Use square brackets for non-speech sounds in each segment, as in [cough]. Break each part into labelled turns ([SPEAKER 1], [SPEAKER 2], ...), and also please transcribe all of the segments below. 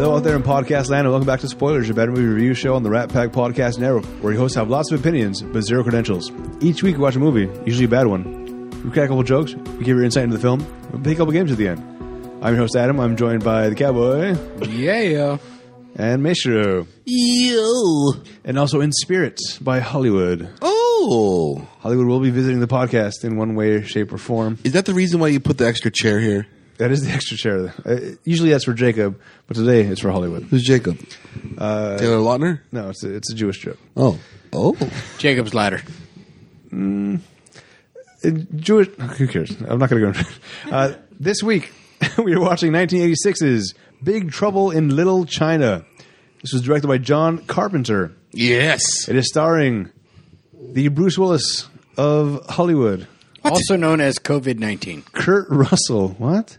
[SPEAKER 1] out there in podcast land, and welcome back to Spoilers, your better movie review show on the Rat Pack Podcast Network, where your hosts have lots of opinions but zero credentials. Each week, we watch a movie, usually a bad one. We crack a couple jokes, we give your insight into the film, we play a couple games at the end. I'm your host Adam. I'm joined by the Cowboy
[SPEAKER 2] Yeah.
[SPEAKER 1] and Maestro,
[SPEAKER 2] Yo.
[SPEAKER 1] and also in spirits by Hollywood.
[SPEAKER 2] Oh.
[SPEAKER 1] Hollywood will be visiting the podcast in one way, shape, or form.
[SPEAKER 2] Is that the reason why you put the extra chair here?
[SPEAKER 1] That is the [laughs] extra chair. Uh, Usually, that's for Jacob, but today it's for Hollywood.
[SPEAKER 2] Who's Jacob? Taylor Lautner?
[SPEAKER 1] No, it's a, it's a Jewish trip.
[SPEAKER 2] Uh, Oh. Oh.
[SPEAKER 3] Jacob's Ladder.
[SPEAKER 1] Uh, Jewish. Who cares? I'm not going to go. into it. Uh, this week, [laughs] we are watching 1986's Big Trouble in Little China. This was directed by John Carpenter.
[SPEAKER 2] Yes.
[SPEAKER 1] It is starring the Bruce Willis of Hollywood,
[SPEAKER 3] Also known as COVID 19.
[SPEAKER 1] Kurt Russell. What?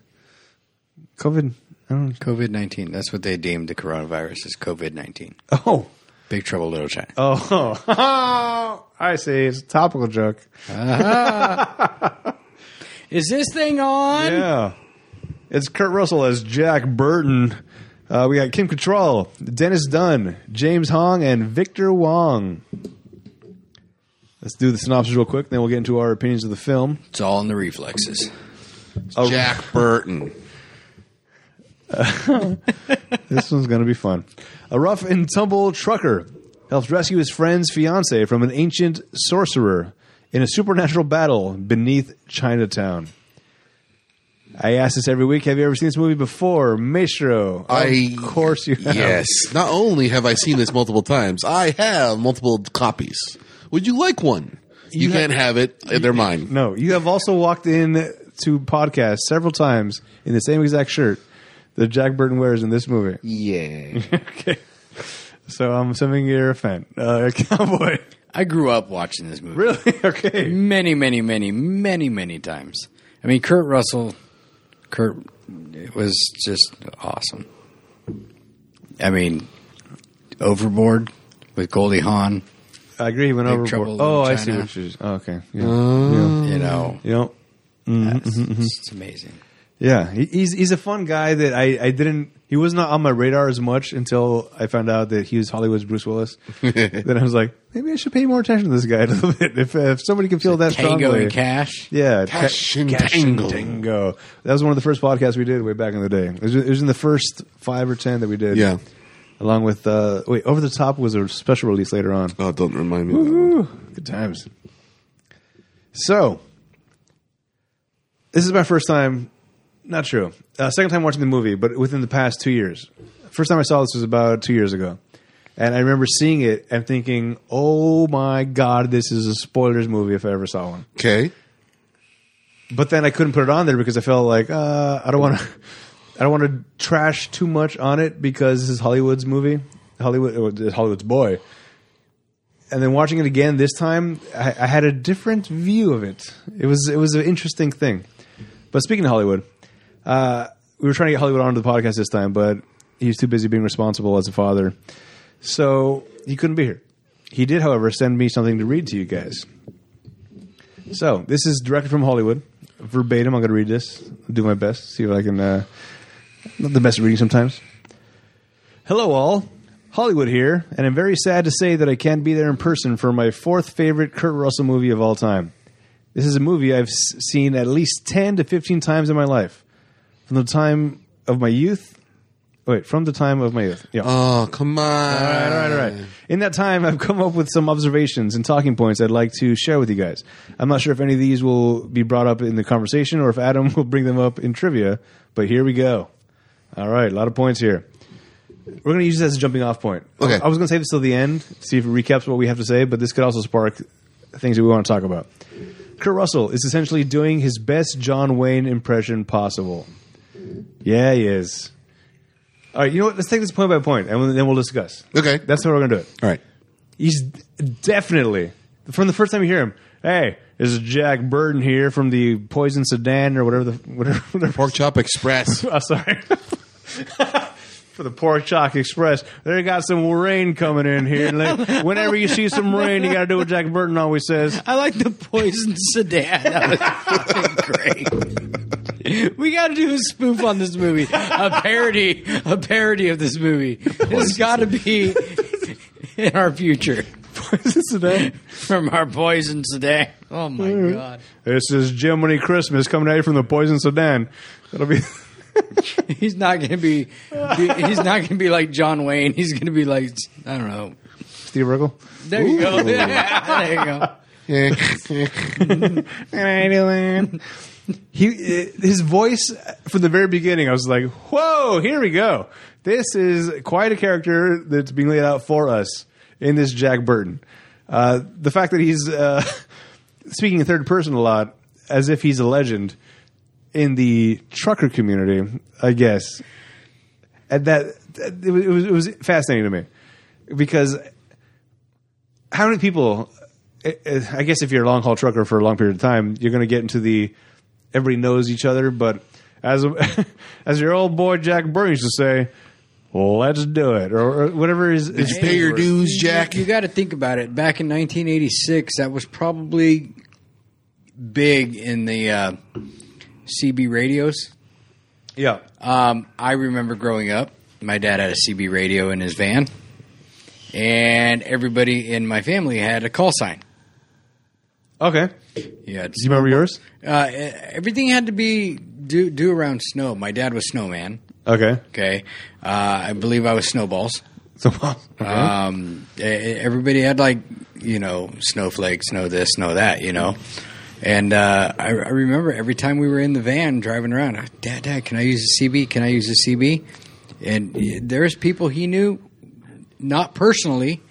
[SPEAKER 1] COVID. I don't.
[SPEAKER 3] COVID 19. That's what they deemed the coronavirus as COVID 19.
[SPEAKER 1] Oh.
[SPEAKER 3] Big Trouble Little China.
[SPEAKER 1] Oh. [laughs] I see. It's a topical joke.
[SPEAKER 3] Is this thing on?
[SPEAKER 1] Yeah. It's Kurt Russell as Jack Burton. Uh, we got Kim Cattrall, Dennis Dunn, James Hong, and Victor Wong. Let's do the synopsis real quick, then we'll get into our opinions of the film.
[SPEAKER 3] It's all in the reflexes.
[SPEAKER 1] Oh.
[SPEAKER 2] Jack Burton.
[SPEAKER 1] This one's going to be fun. A rough and tumble trucker helps rescue his friend's fiance from an ancient sorcerer in a supernatural battle beneath Chinatown. I ask this every week. Have you ever seen this movie before, Maestro?
[SPEAKER 2] I-
[SPEAKER 1] of course you have.
[SPEAKER 2] [laughs] Yes. Not only have I seen this multiple times, I have multiple copies. Would you like one? You,
[SPEAKER 1] You
[SPEAKER 2] can't have it. They're mine.
[SPEAKER 1] No, you have also walked in to podcasts several times in the same exact shirt that Jack Burton wears in this movie.
[SPEAKER 2] Yeah.
[SPEAKER 1] Okay. So I'm assuming you're a fan. Uh, cowboy. [laughs]
[SPEAKER 3] I grew up watching this movie.
[SPEAKER 1] Really? Okay.
[SPEAKER 3] Many, many, many, many, many times. I mean, Kurt Russell, Kurt was just awesome. I mean, Overboard with Goldie Hawn,
[SPEAKER 1] I agree. He went
[SPEAKER 3] Big
[SPEAKER 1] overboard.
[SPEAKER 3] Trouble in
[SPEAKER 1] Oh, I
[SPEAKER 3] China.
[SPEAKER 1] see what you're. Oh, okay. Yeah. Mm-hmm.
[SPEAKER 3] you know.
[SPEAKER 1] yeah. Yep. Mm-hmm.
[SPEAKER 3] It's, it's amazing.
[SPEAKER 1] Yeah. He- He's he's a fun guy that I, I didn't. He was not on my radar as much until I found out that he was Hollywood's Bruce [laughs] Willis. then I was like, maybe I should pay more attention to this guy a little bit. If, if somebody can feel that
[SPEAKER 3] Tango
[SPEAKER 1] strongly.
[SPEAKER 3] and Cash.
[SPEAKER 1] Yeah,
[SPEAKER 2] Cash
[SPEAKER 1] Ca-
[SPEAKER 2] and
[SPEAKER 1] Cash
[SPEAKER 2] Tango.
[SPEAKER 1] Tango. That was one of the first podcasts we did way back in the day. It was, it was in the first five or ten that we did.
[SPEAKER 2] Yeah.
[SPEAKER 1] along with uh, wait, Over the Top was a special release later on.
[SPEAKER 2] Oh, don't remind me. Of that one.
[SPEAKER 1] Good times. So, this is my first time. Not true. Uh, second time watching the movie, but within the past two years. First time I saw this was about two years ago, and I remember seeing it and thinking, "Oh my god, this is a spoilers movie if I ever saw one."
[SPEAKER 2] Okay.
[SPEAKER 1] but then I couldn't put it on there because I felt like uh, I don't want to. I don't want to trash too much on it because this is Hollywood's movie, Hollywood, uh, Hollywood's boy. And then watching it again this time, I, I had a different view of it. It was it was an interesting thing. But speaking of Hollywood, uh, we were trying to get Hollywood onto the podcast this time, but he was too busy being responsible as a father, so he couldn't be here. He did, however, send me something to read to you guys. So this is directed from Hollywood, verbatim. I'm going to read this. I'll do my best. See if I can. Uh, not the best at reading sometimes. Hello, all. Hollywood here, and I'm very sad to say that I can't be there in person for my fourth favorite Kurt Russell movie of all time. This is a movie I've s- seen at least 10 to 15 times in my life. From the time of my youth. Wait, from the time of my youth. Yeah.
[SPEAKER 2] Oh, come on.
[SPEAKER 1] All right, all right, all right. In that time, I've come up with some observations and talking points I'd like to share with you guys. I'm not sure if any of these will be brought up in the conversation or if Adam [laughs] will bring them up in trivia, but here we go. All right, a lot of points here. We're going to use this as a jumping off point.
[SPEAKER 2] Okay.
[SPEAKER 1] I was going to save this till the end, see if it recaps what we have to say, but this could also spark things that we want to talk about. Kurt Russell is essentially doing his best John Wayne impression possible. Yeah, he is. All right, you know what? Let's take this point by point, and then we'll discuss.
[SPEAKER 2] Okay.
[SPEAKER 1] That's how we're going to do it.
[SPEAKER 2] All right.
[SPEAKER 1] He's definitely, from the first time you hear him, hey, this is Jack Burton here from the Poison Sedan or whatever the, whatever, whatever
[SPEAKER 2] Pork Chop [laughs] Express.
[SPEAKER 1] Oh, [laughs] sorry. For the Pork Chalk Express, they got some rain coming in here. And like, whenever you see some rain, you got to do what Jack Burton always [laughs] says.
[SPEAKER 3] I like the poison sedan. That was fucking great. we got to do a spoof on this movie, a parody, a parody of this movie. This has got to be in our future
[SPEAKER 1] This is that.
[SPEAKER 3] from our poison today. Oh my
[SPEAKER 1] Mm-hmm.
[SPEAKER 3] god,
[SPEAKER 1] This is Jiminy Christmas coming at you from the Poison Sedan. That'll be. [laughs]
[SPEAKER 3] he's not gonna be, be- he's not gonna be like John Wayne. He's gonna be like I don't know.
[SPEAKER 1] Steve Urkel.
[SPEAKER 3] There you go. [laughs] there you go.
[SPEAKER 1] [laughs] He, uh, his voice uh, from the very beginning, I was like, "Whoa, here we go! This is quite a character that's being laid out for us in this Jack Burton." Uh, the fact that he's uh, [laughs] speaking in third person a lot, as if he's a legend in the trucker community, I guess. And that, that- it, was, it was it was fascinating to me because how many people? I I guess if you're a long haul trucker for a long period of time, you're going to get into the everybody knows each other. But as [laughs] as your old boy Jack Burton used to say, "Let's do it," or, or whatever is.
[SPEAKER 2] Did you pay your dues,
[SPEAKER 3] You-
[SPEAKER 2] Jack?
[SPEAKER 3] You, got to think about it. Back in 1986, that was probably big in the uh, CB radios.
[SPEAKER 1] Yeah,
[SPEAKER 3] Um, I remember growing up, my dad had a CB radio in his van, and everybody in my family had a call sign.
[SPEAKER 1] okay. Do
[SPEAKER 3] Yeah,
[SPEAKER 1] you remember yours?
[SPEAKER 3] uh, everything had to be do do around snow. My dad was snowman.
[SPEAKER 1] Okay,
[SPEAKER 3] Okay, uh, I believe I was snowballs.
[SPEAKER 1] so [laughs] okay.
[SPEAKER 3] Um, e- everybody had like you know snowflakes, snow this, snow that, you know. And uh, I, I remember every time we were in the van driving around, "Ah, Dad, Dad, can I use a CB? Can I use a CB? And eh, there's people he knew, not personally,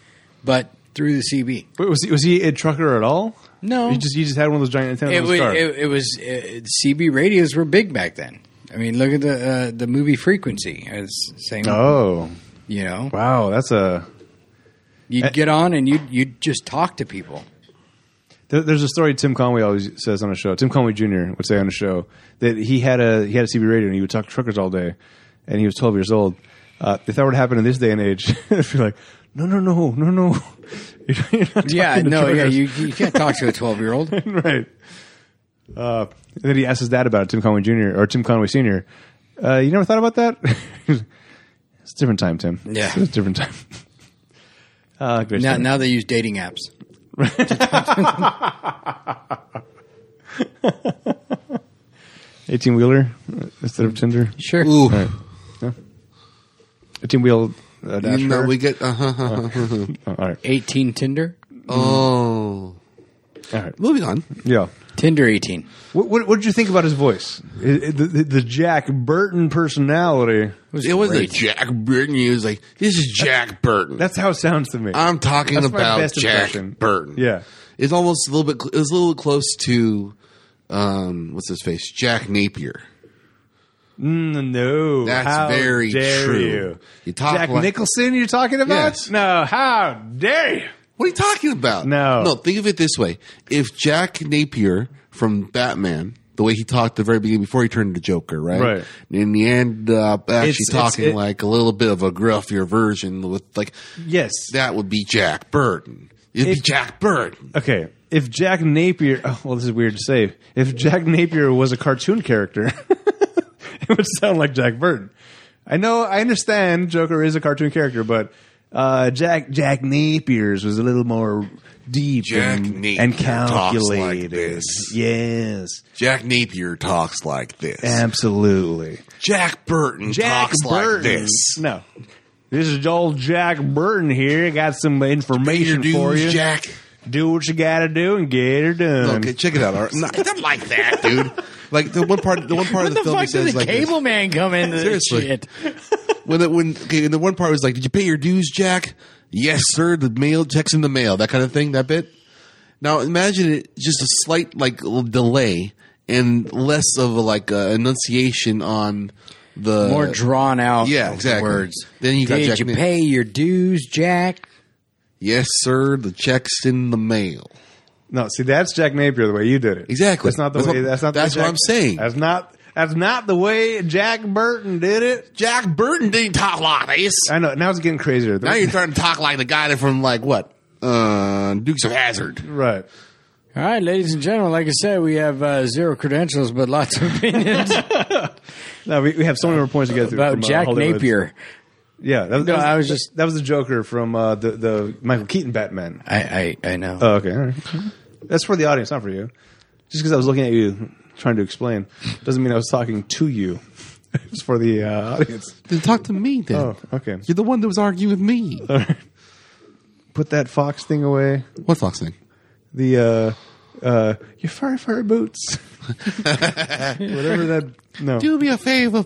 [SPEAKER 3] but through the CB.
[SPEAKER 1] Wait, was he, was he a trucker at all?
[SPEAKER 3] No.
[SPEAKER 1] he just he just had one of those giant antennas
[SPEAKER 3] It
[SPEAKER 1] on
[SPEAKER 3] was,
[SPEAKER 1] his car.
[SPEAKER 3] it, it was eh, CB radios were big back then. I mean, look at the uh, the movie Frequency. It's the same,
[SPEAKER 1] oh
[SPEAKER 3] you know.
[SPEAKER 1] wow, that's a
[SPEAKER 3] You'd get on and you'd you'd just talk to people.
[SPEAKER 1] There, there's a story Tim Conway always says on a show. Tim Conway Jr. would say on a show that he had a he had a CB radio and he would talk to truckers all day, and he was 12 years old. Uh, if that were to happen in this day and age, [laughs] it'd be like, no, no, no, no, no. [laughs] You're not
[SPEAKER 3] [laughs]
[SPEAKER 1] talking
[SPEAKER 3] Yeah,
[SPEAKER 1] to
[SPEAKER 3] no, yeah,
[SPEAKER 1] truckers.
[SPEAKER 3] you, you can't talk to a 12 year [laughs] old.
[SPEAKER 1] [laughs] right. Uh, and then he asked his dad about it, Tim Conway Jr. or Tim Conway Sr. Uh, you never thought about that? [laughs] it's a different time, Tim.
[SPEAKER 3] Yeah.
[SPEAKER 1] it's a different time. [laughs] Uh, great
[SPEAKER 3] Now,
[SPEAKER 1] story.
[SPEAKER 3] now they use dating apps.
[SPEAKER 1] eighteen wheeler uh, instead of Tinder.
[SPEAKER 3] Sure.
[SPEAKER 2] Ooh.
[SPEAKER 1] Eighteen wheel. Uh, dash
[SPEAKER 2] No,
[SPEAKER 1] car.
[SPEAKER 2] we get. Uh-huh, uh-huh, uh-huh.
[SPEAKER 1] Oh, all right.
[SPEAKER 3] 18 Tinder?
[SPEAKER 2] Oh.
[SPEAKER 1] All right.
[SPEAKER 2] Moving on.
[SPEAKER 1] Yeah.
[SPEAKER 3] Tinder 18.
[SPEAKER 1] What, what, what did you think about his voice? I- I- The, the, the Jack Burton personality.
[SPEAKER 2] It was a
[SPEAKER 3] great.
[SPEAKER 2] Jack Burton. He was like, "This is Jack Burton."
[SPEAKER 1] That's how it sounds to me.
[SPEAKER 2] I'm talking
[SPEAKER 1] That's my
[SPEAKER 2] about
[SPEAKER 1] best
[SPEAKER 2] Jack
[SPEAKER 1] impression.
[SPEAKER 2] Burton.
[SPEAKER 1] Yeah.
[SPEAKER 2] it's almost a little bit. cl- It was a little close to, um, what's his face? Jack Napier.
[SPEAKER 1] Mm, no.
[SPEAKER 2] That's
[SPEAKER 1] how
[SPEAKER 2] very
[SPEAKER 1] dare
[SPEAKER 2] true.
[SPEAKER 1] You.
[SPEAKER 2] You talk
[SPEAKER 1] Jack
[SPEAKER 2] like-
[SPEAKER 1] Nicholson you're talking about?
[SPEAKER 2] Yes.
[SPEAKER 1] No. How dare you?
[SPEAKER 2] What are you talking about?
[SPEAKER 1] No.
[SPEAKER 2] no. Think of it this way: if Jack Napier from Batman. The way he talked at the very beginning before he turned into Joker, right?
[SPEAKER 1] Right.
[SPEAKER 2] In the end, uh, actually
[SPEAKER 1] It's- it's-
[SPEAKER 2] talking
[SPEAKER 1] it-
[SPEAKER 2] like a little bit of a gruffier version with like
[SPEAKER 1] Yes.
[SPEAKER 2] that would be Jack Burton. It'd be
[SPEAKER 1] If-
[SPEAKER 2] Jack Burton.
[SPEAKER 1] okay. If Jack Napier, oh, well, this is weird to say. If Jack Napier was a cartoon character, [laughs] it would sound like Jack Burton. I know, I understand Joker is a cartoon character, but uh, Jack Jack Napier's was a little more deep
[SPEAKER 2] Jack
[SPEAKER 1] and,
[SPEAKER 2] Napier
[SPEAKER 1] and
[SPEAKER 2] talks like
[SPEAKER 1] calculated.
[SPEAKER 2] this.
[SPEAKER 1] Yes,
[SPEAKER 2] Jack Napier talks like this.
[SPEAKER 1] absolutely.
[SPEAKER 2] Jack Burton
[SPEAKER 1] Jack
[SPEAKER 2] talks
[SPEAKER 1] Burton.
[SPEAKER 2] like this.
[SPEAKER 1] No, this is old Jack Burton here. Got some information
[SPEAKER 2] Your
[SPEAKER 1] for
[SPEAKER 2] dudes,
[SPEAKER 1] you. Um,
[SPEAKER 2] Jack.
[SPEAKER 1] Do what you got to do and get her done.
[SPEAKER 2] Okay, check it out. All right. No, I don't like that, dude. Like the one part, the one part
[SPEAKER 3] What
[SPEAKER 2] of
[SPEAKER 1] [laughs]
[SPEAKER 2] the,
[SPEAKER 3] [laughs] the,
[SPEAKER 2] film he
[SPEAKER 3] fuck did
[SPEAKER 2] says
[SPEAKER 3] the
[SPEAKER 2] like this.
[SPEAKER 3] cable man come into this
[SPEAKER 2] Seriously.
[SPEAKER 3] shit?
[SPEAKER 2] when the, when okay, and the one part was like, "Did you pay your dues, Jack?" Yes, sir. The mail checks in the mail, that kind of thing. That bit. Now imagine it just a slight like l- delay and less of a, like uh, enunciation on the
[SPEAKER 3] [laughs] More drawn out
[SPEAKER 2] yeah, exactly.
[SPEAKER 3] words.
[SPEAKER 2] Then you got
[SPEAKER 3] Did
[SPEAKER 2] Jack
[SPEAKER 3] you
[SPEAKER 2] Nich-
[SPEAKER 3] pay your dues, Jack?
[SPEAKER 2] Yes, sir. The checks in the mail.
[SPEAKER 1] No, see, that's Jack Napier the way you did it.
[SPEAKER 2] Exactly.
[SPEAKER 1] That's not the
[SPEAKER 2] That's
[SPEAKER 1] way.
[SPEAKER 2] what-
[SPEAKER 1] that's not.
[SPEAKER 2] that's
[SPEAKER 1] the
[SPEAKER 2] what
[SPEAKER 1] Jack-
[SPEAKER 2] I'm saying.
[SPEAKER 1] That's not. That's not the way Jack Burton did it.
[SPEAKER 2] Jack Burton didn't talk like this.
[SPEAKER 1] I know. Now it's getting crazier.
[SPEAKER 2] Now you're starting to talk like the guy that from like what? Uh, Dukes of Hazard.
[SPEAKER 1] right.
[SPEAKER 3] All right, ladies and gentlemen. Like I said, we have uh, zero credentials, but lots of [laughs] opinions
[SPEAKER 1] No, we, we have so many more points to get through.
[SPEAKER 3] about
[SPEAKER 1] from, uh,
[SPEAKER 3] Jack
[SPEAKER 1] Hollywood's.
[SPEAKER 3] Napier.
[SPEAKER 1] Yeah, that was,
[SPEAKER 3] No,
[SPEAKER 1] that was,
[SPEAKER 3] I was just-
[SPEAKER 1] that was the Joker from uh, the the Michael Keaton Batman.
[SPEAKER 3] I I, I know.
[SPEAKER 1] Oh, okay, all right. That's for the audience, not for you. Just because I was looking at you trying to explain doesn't mean I was talking to you. [laughs] it's for the uh, audience.
[SPEAKER 2] Then talk to me then.
[SPEAKER 1] Oh, okay.
[SPEAKER 2] You're the one that was arguing with me.
[SPEAKER 1] Put that fox thing away.
[SPEAKER 2] What Fox thing?
[SPEAKER 1] The uh, uh, your firefighter
[SPEAKER 2] [laughs]
[SPEAKER 1] boots. Whatever that. No,
[SPEAKER 2] Do me a favor,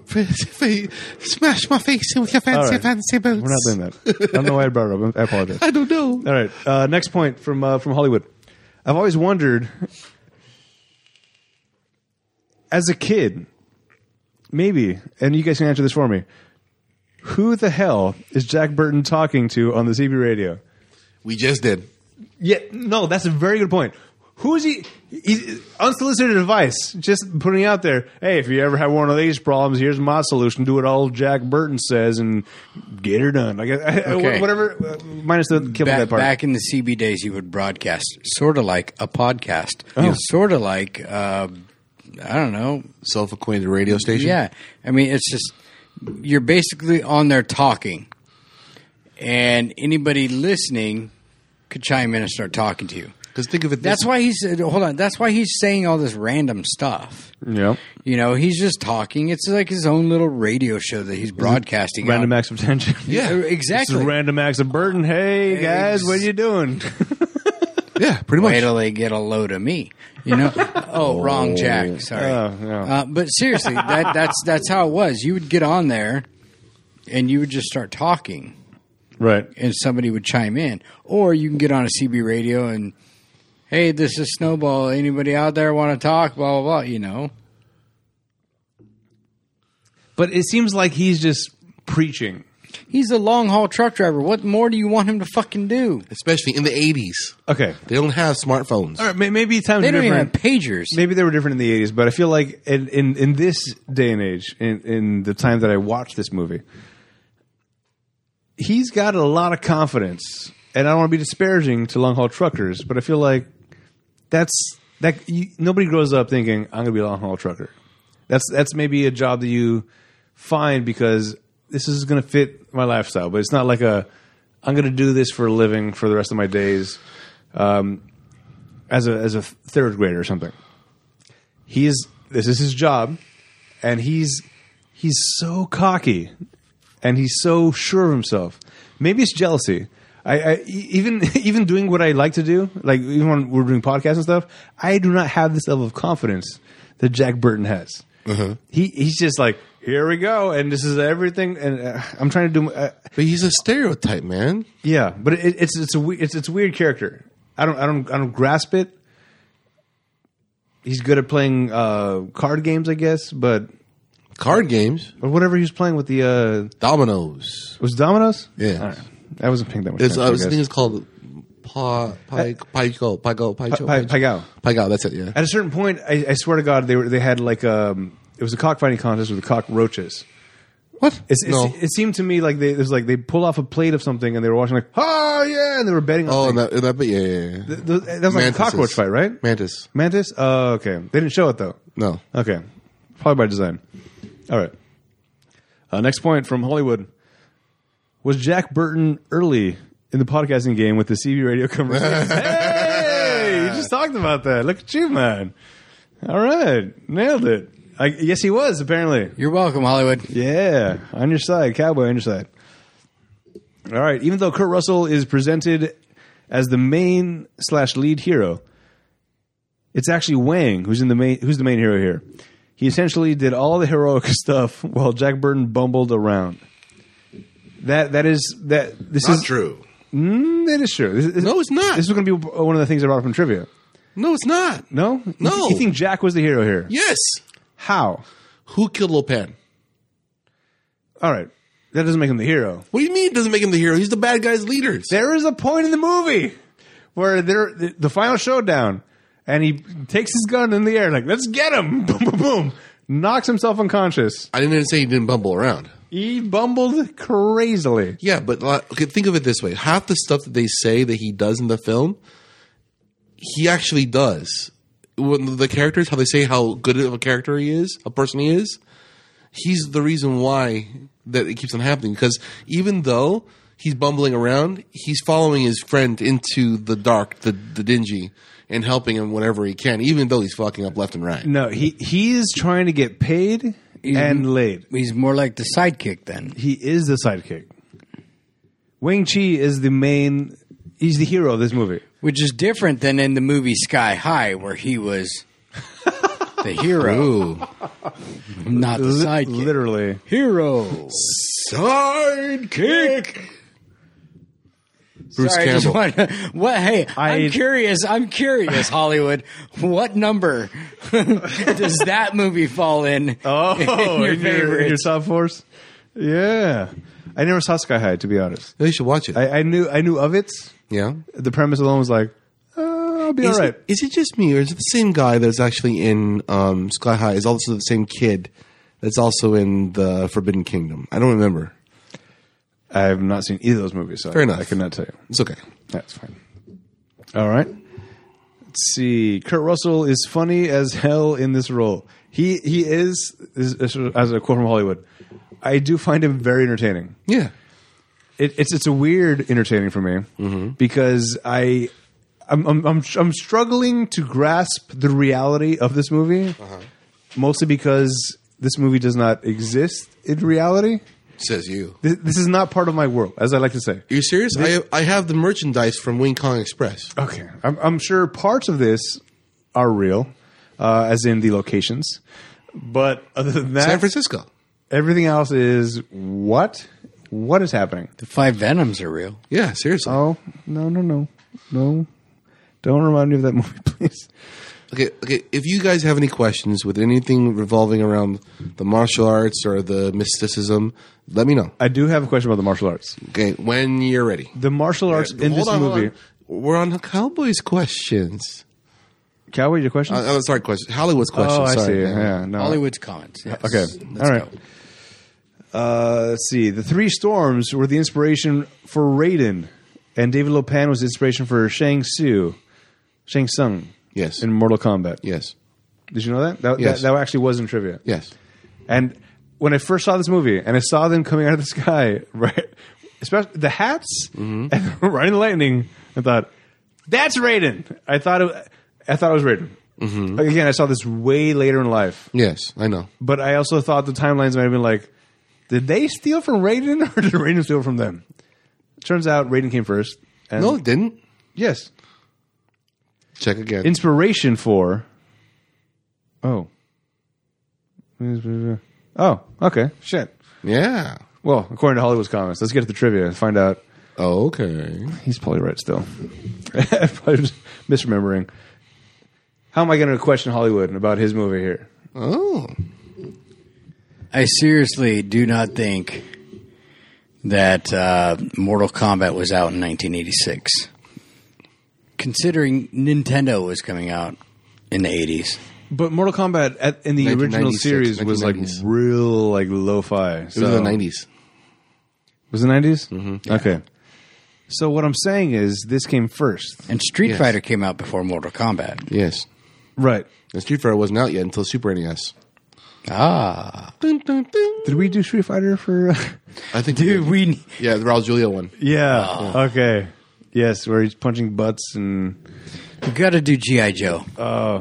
[SPEAKER 2] smash my face in with your
[SPEAKER 1] All
[SPEAKER 2] fancy,
[SPEAKER 1] right.
[SPEAKER 2] fancy boots.
[SPEAKER 1] We're not doing that. I don't know why I brought it up. I apologize.
[SPEAKER 2] I don't know.
[SPEAKER 1] All right. Uh, next point from uh, from Hollywood. I've always wondered, as a kid, maybe, and you guys can answer this for me. Who the hell is Jack Burton talking to on the CB radio?
[SPEAKER 2] We just did.
[SPEAKER 1] Yeah, no, that's a very good point. Who is he? He's unsolicited advice, just putting out there. Hey, if you ever have one of these problems, here's my solution. Do what old Jack Burton says and get her done. Like [laughs]
[SPEAKER 3] Okay.
[SPEAKER 1] whatever, uh, minus the kill
[SPEAKER 3] back,
[SPEAKER 1] that part.
[SPEAKER 3] back in the CB days, you would broadcast sort of like a podcast, sort of like uh, I don't know.
[SPEAKER 2] Self-acquainted radio station.
[SPEAKER 3] Yeah, I mean, it's just you're basically on there talking, and anybody listening could chime in and start talking to you.
[SPEAKER 2] Because think of it.
[SPEAKER 3] That's why he's hold on. That's why he's saying all this random stuff.
[SPEAKER 1] Yeah.
[SPEAKER 3] You know, he's just talking. It's like his own little radio show that he's broadcasting. out.
[SPEAKER 1] Random acts of tension.
[SPEAKER 2] Yeah.
[SPEAKER 3] Uh,
[SPEAKER 1] This is
[SPEAKER 3] exactly.
[SPEAKER 1] random acts of Burton. Hey guys,
[SPEAKER 3] Ex-
[SPEAKER 1] what are you doing?
[SPEAKER 2] Yeah, pretty
[SPEAKER 3] Wait
[SPEAKER 2] much.
[SPEAKER 3] till they get a load of me. You know? oh, wrong Jack. Sorry.
[SPEAKER 1] Oh, yeah.
[SPEAKER 3] Uh, but seriously, that, that's that's how it was. You would get on there, and you would just start talking,
[SPEAKER 1] right.
[SPEAKER 3] and somebody would chime in, or you can get on a CB radio and, hey, this is Snowball. Anybody out there want to talk? Blah blah blah. You know?
[SPEAKER 1] But it seems like he's just preaching.
[SPEAKER 3] He's a long haul truck driver. What more do you want him to fucking do?
[SPEAKER 2] Especially in the '80s,
[SPEAKER 1] Okay.
[SPEAKER 2] they don't have smartphones.
[SPEAKER 1] All right. may- Maybe times
[SPEAKER 3] They
[SPEAKER 1] are
[SPEAKER 3] don't even
[SPEAKER 1] different.
[SPEAKER 3] have pagers.
[SPEAKER 1] maybe they were different in the 80s but i feel like in, in, in this day and age in, in the time that i watched this movie he's got a lot of confidence and i don't want to be disparaging to long haul truckers but i feel like that's that you, nobody grows up thinking i'm going to be a long haul trucker that's that's maybe a job that you find because this is going to fit my lifestyle but it's not like a i'm going to do this for a living for the rest of my days um, as a as a third grader or something. He is this is his job, and he's he's so cocky, and he's so sure of himself. Maybe it's jealousy. I, I e- even [laughs] even doing what I like to do, like even when we're doing podcasts and stuff, I do not have this level of confidence that Jack Burton has. He he's just like here we go, and this is everything. And uh, I'm trying to do. Uh,
[SPEAKER 2] But he's a stereotype, man.
[SPEAKER 1] yeah, but it, it's it's a we- it's it's a weird character. I don't I don't I don't grasp it. He's good at playing uh, card games, I guess, but
[SPEAKER 2] Card games,
[SPEAKER 1] or whatever he was playing with the uh,
[SPEAKER 2] dominoes.
[SPEAKER 1] was it Domino's.
[SPEAKER 2] Yeah.
[SPEAKER 1] All right. I wasn't paying that much.
[SPEAKER 2] It's, uh,
[SPEAKER 1] attention,
[SPEAKER 2] I was
[SPEAKER 1] guess.
[SPEAKER 2] thinking it's called pa
[SPEAKER 1] Uh,
[SPEAKER 2] pai pai go pai go pai
[SPEAKER 1] Pi- Pi- Pi Gao.
[SPEAKER 2] pai go. That's it. Yeah.
[SPEAKER 1] At a certain point, I, I swear to God, they were they had like um it was a cockfighting contest with cockroaches.
[SPEAKER 2] What?
[SPEAKER 1] It's, it's,
[SPEAKER 2] no.
[SPEAKER 1] It seemed to me like they it was like they pull off a plate of something and they were watching like oh yeah and they were betting. On
[SPEAKER 2] oh,
[SPEAKER 1] things.
[SPEAKER 2] and that, and that. But yeah, yeah, yeah.
[SPEAKER 1] Th- th- that was like
[SPEAKER 2] Mantises.
[SPEAKER 1] a cockroach fight, right?
[SPEAKER 2] Mantis.
[SPEAKER 1] Mantis. Oh, okay. They didn't show it though.
[SPEAKER 2] No.
[SPEAKER 1] Okay. Probably by design. All right. Uh, next point from Hollywood was Jack Burton early in the podcasting game with the CB radio [laughs] commercial. hey, you just talked about that. Look at you, man. All right, nailed it. I, yes, he was apparently.
[SPEAKER 3] You're welcome, Hollywood.
[SPEAKER 1] Yeah, on your side, cowboy on your side. All right. Even though Kurt Russell is presented as the main slash lead hero, it's actually Wang who's in the main who's the main hero here. He essentially did all the heroic [laughs] stuff while Jack Burton bumbled around. That that is that this is
[SPEAKER 2] true.
[SPEAKER 1] Mm, that is true. This, this-
[SPEAKER 2] No, it's not.
[SPEAKER 1] This is going to be one of the things I brought up from trivia.
[SPEAKER 2] No, it's not.
[SPEAKER 1] No,
[SPEAKER 2] No.
[SPEAKER 1] You, you think Jack was the hero here?
[SPEAKER 2] Yes.
[SPEAKER 1] How?
[SPEAKER 2] Who killed Lopan?
[SPEAKER 1] All right, that doesn't make him the hero.
[SPEAKER 2] What do you mean? It doesn't make him the hero. He's the bad guy's leader.
[SPEAKER 1] There is a point in the movie where there the, the final showdown, and he takes his gun in the air like, "Let's get him!" [laughs] Boom, boom, boom. Knocks himself unconscious.
[SPEAKER 2] I didn't say he didn't bumble around.
[SPEAKER 1] He bumbled crazily.
[SPEAKER 2] Yeah, but uh, okay, think of it this way: half the stuff that they say that he does in the film, he actually does. When the characters, how they say how good of a character he is, a person he is, he's the reason why that it keeps on happening. Because even though he's bumbling around, he's following his friend into the dark, the, the dingy, and helping him whenever he can, even though he's fucking up left and right.
[SPEAKER 1] No, he he's trying to get paid
[SPEAKER 3] Mm-hmm.
[SPEAKER 1] and laid.
[SPEAKER 3] He's more like the sidekick then.
[SPEAKER 1] He is the sidekick. Wing Chi is the main. He's the hero of this movie.
[SPEAKER 3] Which is different than in the movie Sky High, where he was the hero, not the
[SPEAKER 1] Li-
[SPEAKER 3] sidekick. [laughs]
[SPEAKER 1] Literally.
[SPEAKER 3] Hero.
[SPEAKER 2] Sidekick! Bruce
[SPEAKER 3] Sorry, I just
[SPEAKER 2] Campbell.
[SPEAKER 3] want what? Hey, I,
[SPEAKER 1] I-
[SPEAKER 3] am curious. I'm curious, Hollywood. What number [laughs] does that movie fall in?
[SPEAKER 1] Oh,
[SPEAKER 3] in your
[SPEAKER 1] in your, in your
[SPEAKER 3] favorites?
[SPEAKER 1] South Force. Yeah, I never saw Sky High to be honest.
[SPEAKER 2] They Oh, should watch it.
[SPEAKER 1] I, I knew I knew of it.
[SPEAKER 2] yeah.
[SPEAKER 1] The premise alone was like, uh, I'll be
[SPEAKER 2] Is,
[SPEAKER 1] all right.
[SPEAKER 2] it, is it just me, or is it the same guy that's actually in um, Sky High? Is also the same kid that's also in the Forbidden Kingdom? I don't remember.
[SPEAKER 1] I have not seen either of those movies, so
[SPEAKER 2] Fair
[SPEAKER 1] I,
[SPEAKER 2] enough.
[SPEAKER 1] I could not tell you.
[SPEAKER 2] It's okay.
[SPEAKER 1] That's fine. All right. Let's see. Kurt Russell is funny as hell in this role. He he is this is- as a quote from Hollywood. I do find him very entertaining.
[SPEAKER 2] Yeah,
[SPEAKER 1] It, it's it's a weird entertaining for me
[SPEAKER 2] Mm-hmm.
[SPEAKER 1] because I. I'm, I'm, I'm, I'm struggling to grasp the reality of this movie,
[SPEAKER 2] Uh-huh.
[SPEAKER 1] mostly because this movie does not exist in reality.
[SPEAKER 2] says you.
[SPEAKER 1] This, this is not part of my world, as I like to say.
[SPEAKER 2] Are you serious? I have, I have the merchandise from Wing Kong Express.
[SPEAKER 1] Okay, I'm, I'm sure parts of this are real, uh, as in the locations, but other than that,
[SPEAKER 2] San Francisco.
[SPEAKER 1] everything else is what? What is happening?
[SPEAKER 3] The five Venoms are real.
[SPEAKER 2] Yeah, seriously.
[SPEAKER 1] Oh no no no no! Don't remind me of that [laughs] movie, please.
[SPEAKER 2] Okay, okay. If you guys have any questions with anything revolving around the martial arts or the mysticism, let me know.
[SPEAKER 1] I do have a question about the martial arts.
[SPEAKER 2] Okay, when you're ready.
[SPEAKER 1] The martial arts in this
[SPEAKER 2] Hold on, hold
[SPEAKER 1] movie.
[SPEAKER 2] on. We're on Cowboys questions.
[SPEAKER 1] Cowboy, your question?
[SPEAKER 2] Uh, oh, sorry, question. Hollywood's question.
[SPEAKER 1] oh, I see.
[SPEAKER 2] sorry.
[SPEAKER 1] Yeah, no.
[SPEAKER 3] Uh, Hollywood's comments. yes.
[SPEAKER 1] Okay.
[SPEAKER 3] Let's
[SPEAKER 1] All right.
[SPEAKER 3] go.
[SPEAKER 1] Uh, let's see. The Three Storms were the inspiration for Raiden, and David Lopan was the inspiration for Shang Tsu, Shang Tsung.
[SPEAKER 2] Yes.
[SPEAKER 1] In Mortal Kombat.
[SPEAKER 2] Yes.
[SPEAKER 1] Did you know that? That,
[SPEAKER 2] Yes.
[SPEAKER 1] that? that actually was in trivia.
[SPEAKER 2] Yes.
[SPEAKER 1] And when I first saw this movie and I saw them coming out of the sky, [laughs] right? Especially the hats and [laughs] the running lightning, I thought, that's Raiden. I thought it, I thought it was Raiden. Again, I saw this way later in life,
[SPEAKER 2] Yes. I know.
[SPEAKER 1] but I also thought the timelines might have been like, did they steal from Raiden [laughs] or did Raiden steal from them? Turns out Raiden came first. And
[SPEAKER 2] No, it didn't.
[SPEAKER 1] Yes.
[SPEAKER 2] Check again.
[SPEAKER 1] inspiration for. Oh. Oh, okay. Shit.
[SPEAKER 2] yeah.
[SPEAKER 1] Well, according to Hollywood's comments, let's get to the trivia and find out.
[SPEAKER 2] Okay.
[SPEAKER 1] He's probably right still. [laughs] probably just misremembering. How am I going to question Hollywood about his movie here?
[SPEAKER 2] Oh.
[SPEAKER 3] I seriously do not think that uh, Mortal Kombat was out in 1986. Considering Nintendo was coming out in the 80s.
[SPEAKER 1] But Mortal Kombat at, in the original
[SPEAKER 2] 1996,
[SPEAKER 1] series was like
[SPEAKER 2] 1990s.
[SPEAKER 1] real, like lo-fi.
[SPEAKER 2] It was in the nineties.
[SPEAKER 1] Was it 90s? Mm-hmm. Okay. So what I'm saying is this came first,
[SPEAKER 3] And Street
[SPEAKER 2] Yes.
[SPEAKER 3] Fighter came out before Mortal Kombat.
[SPEAKER 2] Yes.
[SPEAKER 1] right?
[SPEAKER 2] And Street Fighter wasn't out yet until Super E NES.
[SPEAKER 3] Ah.
[SPEAKER 2] Dun, dun, dun.
[SPEAKER 1] Did we do Street Fighter for? uh,
[SPEAKER 2] I think dude.
[SPEAKER 3] We
[SPEAKER 2] Yeah, the Raul Julia one.
[SPEAKER 1] [laughs] yeah. Okay. Yes, where he's punching butts and
[SPEAKER 3] got to do G.I. Joe.